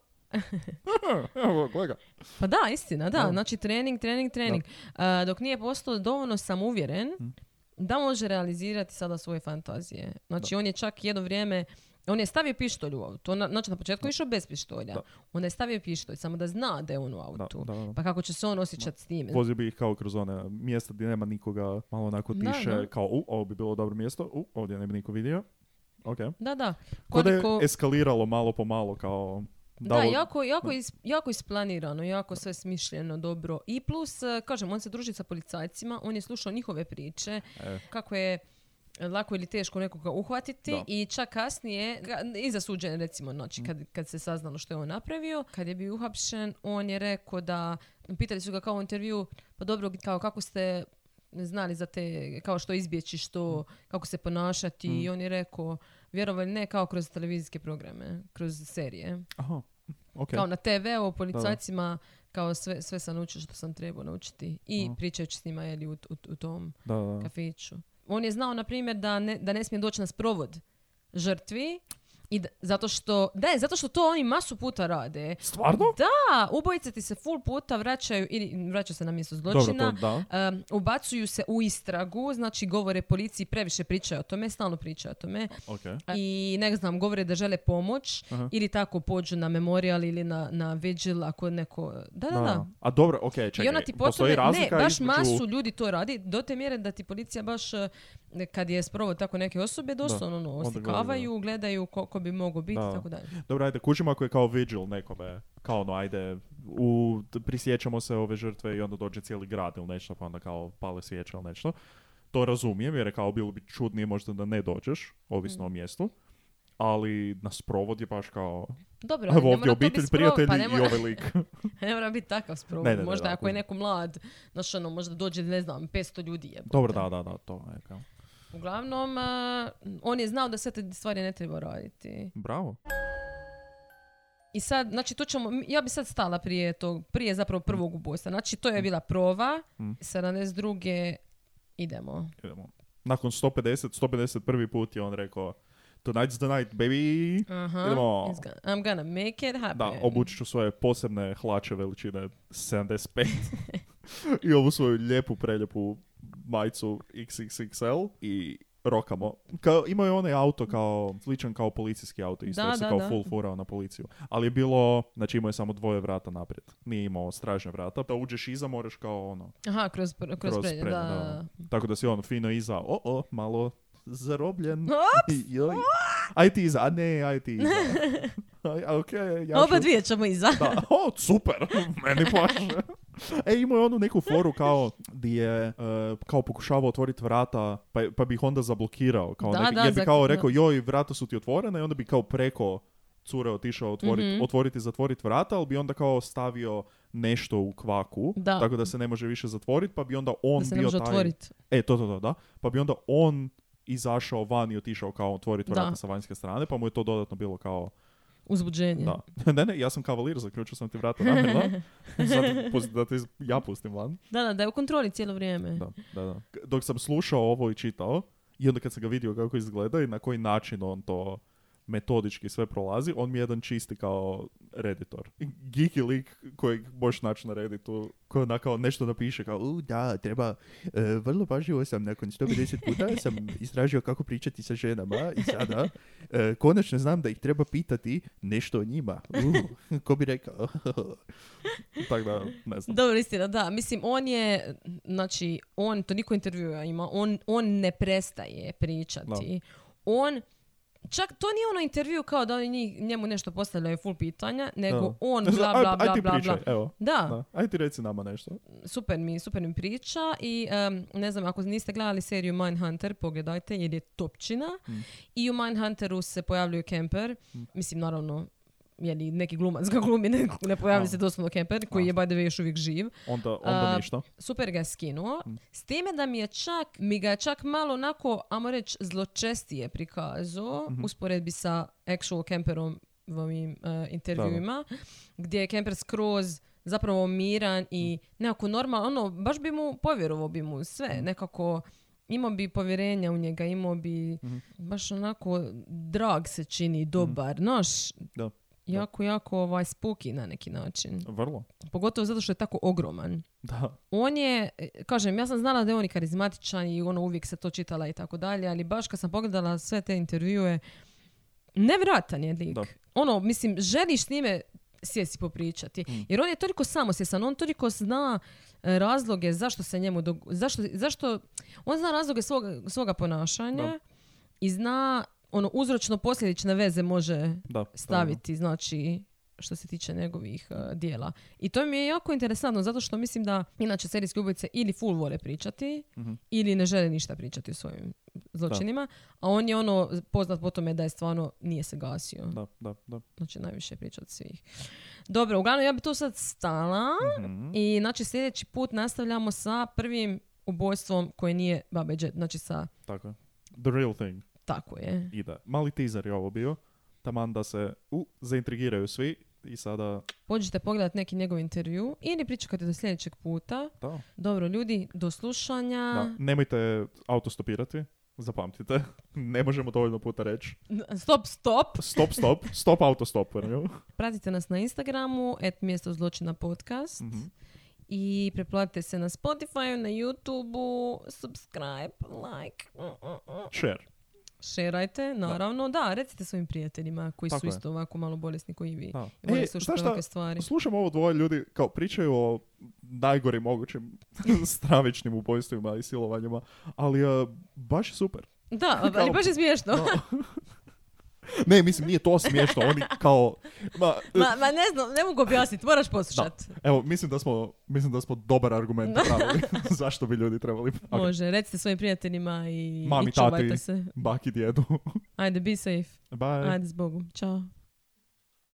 Speaker 4: [LAUGHS] Evo, kolega.
Speaker 5: Pa da, istina, da.
Speaker 4: Da.
Speaker 5: Znači trening, trening, trening. Uh, dok nije postao dovoljno samouvjeren
Speaker 4: Hm.
Speaker 5: da može realizirati sada svoje fantazije. Znači on je čak jedno vrijeme... On je stavio pištolj u auto. Na, znači na početku je išao bez pištolja.
Speaker 4: Da.
Speaker 5: Onda je stavio pištolj, samo da zna da je on u autu.
Speaker 4: da, da.
Speaker 5: Pa e, kako će se on osjećati s time?
Speaker 4: Vozio bi ih kao kroz one mjesta gdje nema nikoga, malo onako
Speaker 5: Da,
Speaker 4: tiše,
Speaker 5: da.
Speaker 4: kao, u, ovo bi bilo dobro mjesto, u, ovdje ne bi niko vidio. Ok.
Speaker 5: Da, da.
Speaker 4: Ko da je
Speaker 5: Koliko-
Speaker 4: eskaliralo malo po malo, kao...
Speaker 5: Da,
Speaker 4: dalo-
Speaker 5: jako, jako, is- jako isplanirano, jako sve smišljeno, dobro. I plus, eh, kažem, on se druži sa policajcima, on je slušao njihove priče,
Speaker 4: E.
Speaker 5: kako je e, lako ili teško nekoga uhvatiti
Speaker 4: Da.
Speaker 5: i čak kasnije, ga- iza suđenja recimo, znači kad, kad se saznalo što je on napravio, kad je bio uhapšen, on je rekao da, pitali su ga kao u intervju, pa dobro, kao kako ste znali za te, kao što izbjeći, što, kako se ponašati i on je rekao, vjerovali ne, kao kroz televizijske programe, kroz serije.
Speaker 4: Aha, ok.
Speaker 5: Kao na TV o policajcima, kao sve, sve sam naučio što sam trebao naučiti. I
Speaker 4: Aha.
Speaker 5: pričajući s njima je li, u, u, u tom
Speaker 4: Da, da, da.
Speaker 5: kafiću. On je znao, na primjer, da ne, da ne smije doći na sprovod žrtvi. I da- zato što, da je, zato što to oni masu puta rade.
Speaker 4: Stvarno?
Speaker 5: Da, ubojice ti se full puta vraćaju, ili vraćaju se na mjesto zločina.
Speaker 4: Dobro, to da.
Speaker 5: Um, ubacuju se u istragu, znači govore policiji, previše pričaju o tome, stalno pričaju o tome
Speaker 4: Ok.
Speaker 5: i ne znam, govore da žele pomoć
Speaker 4: Aha.
Speaker 5: ili tako pođu na memorial ili na, na vigil ako neko... Da, da, da.
Speaker 4: A dobro, ok, čekaj.
Speaker 5: I ona ti
Speaker 4: postoji
Speaker 5: potvrde, ne,
Speaker 4: razlika
Speaker 5: baš
Speaker 4: između-
Speaker 5: masu ljudi to radi, do te mjere da ti policija baš, eh, kad je sprovod tako neke osobe, doslovno ono,
Speaker 4: onda gledaju,
Speaker 5: oslikavaju, gledaju ko, ko bi mogao biti
Speaker 4: Da.
Speaker 5: i tako dalje.
Speaker 4: Dobro, ajde, kužimo ako je kao vigil nekome. Kao ono, ajde, u, t- prisjećamo se ove žrtve i onda dođe cijeli grad ili nešto, pa onda kao pale svijeće ili nešto. To razumijem, jer je kao bilo bi čudnije možda da ne dođeš, ovisno
Speaker 5: Mm.
Speaker 4: o mjestu. Ali na sprovod je baš kao,
Speaker 5: Dobro, ali
Speaker 4: evo
Speaker 5: ne
Speaker 4: ovdje
Speaker 5: mora to biti
Speaker 4: obitelj,
Speaker 5: sprovod,
Speaker 4: prijatelji
Speaker 5: pa ne
Speaker 4: i
Speaker 5: mora,
Speaker 4: ovaj lik.
Speaker 5: [LAUGHS] ne mora biti takav sprovod.
Speaker 4: Ne, ne, ne,
Speaker 5: možda
Speaker 4: da,
Speaker 5: ako je
Speaker 4: kužim.
Speaker 5: neko mlad, znaš ono, možda dođe, ne znam, 500 ljudi je.
Speaker 4: Dobro, da, da, da, to je kao.
Speaker 5: Uglavnom, eh, on je znao da sve te stvari ne treba raditi.
Speaker 4: Bravo.
Speaker 5: I sad, znači tu ćemo, m- ja bi sad stala prije tog, prije zapravo prvog ubojstva. Znači
Speaker 4: Mm.
Speaker 5: to je bila prova, 72. idemo.
Speaker 4: Idemo. Nakon 150, 151. put je on rekao Tonight's the night, baby.
Speaker 5: Aha,
Speaker 4: Idemo.
Speaker 5: it's gonna- I'm gonna make it happen.
Speaker 4: Da, obući ću svoje posebne hlače veličine 75. [LAUGHS] I ovu svoju lijepu, preljepu majicu XXXL i rokamo. Kao, imao je onaj auto kao, sličan kao policijski auto, isto
Speaker 5: Da,
Speaker 4: jer se
Speaker 5: da,
Speaker 4: kao
Speaker 5: da.
Speaker 4: full furao na policiju. Ali je bilo, znači imao je samo dvoje vrata naprijed. Nije imao stražnja vrata. Da uđeš iza moraš kao ono,
Speaker 5: Aha, kroz, pr- kroz, prednje, da. da.
Speaker 4: Tako da si on fino iza, o, o, malo zarobljen.
Speaker 5: Ops!
Speaker 4: [LAUGHS] Joj. Aj ti iza, a ne, aj ti
Speaker 5: [LAUGHS]
Speaker 4: iza. Aj, a okej, ja ću-
Speaker 5: Oba dvije Pa ćemo iza. [LAUGHS]
Speaker 4: Da, o, super, meni paše. [LAUGHS] E, imao je onu neku foru kao, di je, e, kao pokušavao otvoriti vrata, pa, je- pa bi ih onda zablokirao. Kao
Speaker 5: Da,
Speaker 4: neki-
Speaker 5: da,
Speaker 4: jer bi
Speaker 5: zak-
Speaker 4: kao
Speaker 5: da.
Speaker 4: rekao, joj, vrata su ti otvorena i onda bi kao preko cure otišao otvorit,
Speaker 5: Mhm.
Speaker 4: otvoriti i zatvoriti vrata, ali bi onda kao stavio nešto u kvaku,
Speaker 5: Da.
Speaker 4: tako da se ne može više zatvoriti, pa bi onda on
Speaker 5: da se ne
Speaker 4: bio
Speaker 5: može
Speaker 4: taj...
Speaker 5: otvoriti.
Speaker 4: E, to, to, to, da. Pa bi onda on izašao van i otišao kao otvoriti vrata
Speaker 5: Da.
Speaker 4: sa vanjske strane, pa mu je to dodatno bilo kao
Speaker 5: Uzbuđenje.
Speaker 4: da. [LAUGHS] ne, ne, ja sam kavalir, zaključio sam ti vrata namjerno. Sad pust- da te ja pustim van.
Speaker 5: Da, da, da je u kontroli cijelo vrijeme.
Speaker 4: Da, da, da. K- Dok sam slušao ovo i čitao, i onda kad sam ga vidio kako izgleda i na koji način on to metodički sve prolazi, on mi je jedan čisti kao reditor. Geeky lik kojeg možeš naći na redditu, koji onak kao nešto napiše kao, u da, treba, e, vrlo pažljivo sam nakon 150 puta sam istražio kako pričati sa ženama i sada e, konačno znam da ih treba pitati nešto o njima. U, ko bi rekao? [LAUGHS] Tako da, ne znam.
Speaker 5: Dobro, istina, da. Mislim, on je, znači, on, to niko intervjua ima, on, on ne prestaje pričati. On, čak, to nije ono intervju kao da oni njih- njemu nešto postavljaju full pitanja, nego
Speaker 4: Da. [LAUGHS]
Speaker 5: on bla,
Speaker 4: Aj-
Speaker 5: bla,
Speaker 4: aj
Speaker 5: bla,
Speaker 4: ti
Speaker 5: bla,
Speaker 4: pričaj,
Speaker 5: bla.
Speaker 4: Evo.
Speaker 5: Da,
Speaker 4: Da. Aj ti reci nama nešto.
Speaker 5: super mi, super mi priča i em, ne znam, ako niste gledali seriju Mindhunter, pogledajte jer je topčina
Speaker 4: Mm.
Speaker 5: i u Mindhunteru se pojavljuje Kemper, mislim naravno, jeli neki glumac ga glumi, ne, ne pojavlja
Speaker 4: A.
Speaker 5: se doslovno Kemper koji je by the way još uvijek živ.
Speaker 4: Onda, onda
Speaker 5: A,
Speaker 4: ništa.
Speaker 5: Super ga je skinuo,
Speaker 4: Mm.
Speaker 5: s time da mi je čak, mi ga je čak malo onako, ajmo reći, zločestije prikazao
Speaker 4: Mhm.
Speaker 5: u usporedbi sa actual Kemperom ovim e, intervjuima, gdje je Kemper skroz zapravo miran i
Speaker 4: Mm.
Speaker 5: nekako normalno, ono, baš bi mu, povjerovao bi mu sve, nekako imao bi povjerenja u njega, imao bi,
Speaker 4: Mhm.
Speaker 5: baš onako, drag se čini, dobar, naš,
Speaker 4: Mm. Da.
Speaker 5: jako, jako ovaj, spooky na neki način.
Speaker 4: Vrlo.
Speaker 5: Pogotovo zato što je tako ogroman
Speaker 4: Da.
Speaker 5: on je, e, kažem, ja sam znala da je on i karizmatičan i ono uvijek se to čitala i tako dalje, ali baš kad sam pogledala sve te intervjue, nevjerojatan je lik.
Speaker 4: Da.
Speaker 5: Ono, mislim, želiš s njime sjesti popričati.
Speaker 4: Mm.
Speaker 5: Jer on je toliko samosjesan, on toliko zna e, razloge zašto se njemu, dog- zašto, zašto, on zna razloge svoga, svoga ponašanja
Speaker 4: Da.
Speaker 5: i zna ono uzročno posljedične veze može
Speaker 4: Da.
Speaker 5: staviti, znači što se tiče njegovih e, dijela. I to mi je jako interesantno zato što mislim da inače serijski ubojice ili full vole pričati ili ne žele ništa pričati o svojim zločinima, a on je ono poznat po tome da je stvarno nije se gasio.
Speaker 4: Da, da, da.
Speaker 5: Znači najviše je pričao od svih. Dobro, uglavnom ja bi tu sad stala
Speaker 4: Mhm.
Speaker 5: i znači sljedeći put nastavljamo sa prvim ubojstvom koje nije Baba Jet, znači sa
Speaker 4: Tako je. The real thing
Speaker 5: tako je.
Speaker 4: ide. Mali teaser je ovo bio. Taman da se u, zaintrigiraju svi i sada,
Speaker 5: Pođite pogledati neki njegov intervju ili pričekajte do sljedećeg puta.
Speaker 4: da,
Speaker 5: Dobro, ljudi, do slušanja.
Speaker 4: da. Nemojte autostopirati, zapamtite. [LAUGHS] ne možemo dovoljno puta reći.
Speaker 5: N- Stop, stop.
Speaker 4: Stop, stop, stop autostopanju.
Speaker 5: Pratite nas na Instagramu, et mjesto zločina podcast.
Speaker 4: Mhm.
Speaker 5: I preplatite se na Spotify, na YouTubeu, subscribe, like, mm, mm, mm.
Speaker 4: Share.
Speaker 5: šerajte, naravno. Da, recite svojim prijateljima koji
Speaker 4: Tako
Speaker 5: su
Speaker 4: je.
Speaker 5: isto ovako malo bolesni koji i vi.
Speaker 4: Da.
Speaker 5: I vole
Speaker 4: E,
Speaker 5: slušati
Speaker 4: znaš šta?
Speaker 5: ovakve stvari.
Speaker 4: Slušam ovo dvoje ljudi kao pričaju o najgorim
Speaker 5: [LAUGHS]
Speaker 4: mogućim stravičnim ubojstvima i silovanjima, ali e, baš je
Speaker 5: [LAUGHS]
Speaker 4: super.
Speaker 5: Da,
Speaker 4: Kao-
Speaker 5: ali baš je smiješno.
Speaker 4: Ne, mislim, nije to smiješno, oni kao... Ma, eh,
Speaker 5: ma, ma ne znam, ne mogu objasniti, moraš poslušati.
Speaker 4: Evo, mislim da smo, mislim da smo dobar
Speaker 5: [LAUGHS]
Speaker 4: argument napravili [LAUGHS] zašto bi ljudi trebali... Ok,
Speaker 5: Može, recite svojim prijateljima i,
Speaker 4: Mami,
Speaker 5: i čuvajte
Speaker 4: tati.
Speaker 5: se.
Speaker 4: Baki djedu.
Speaker 5: Ajde, be safe.
Speaker 4: Bye.
Speaker 5: Ajde, s Bogom. Ćao.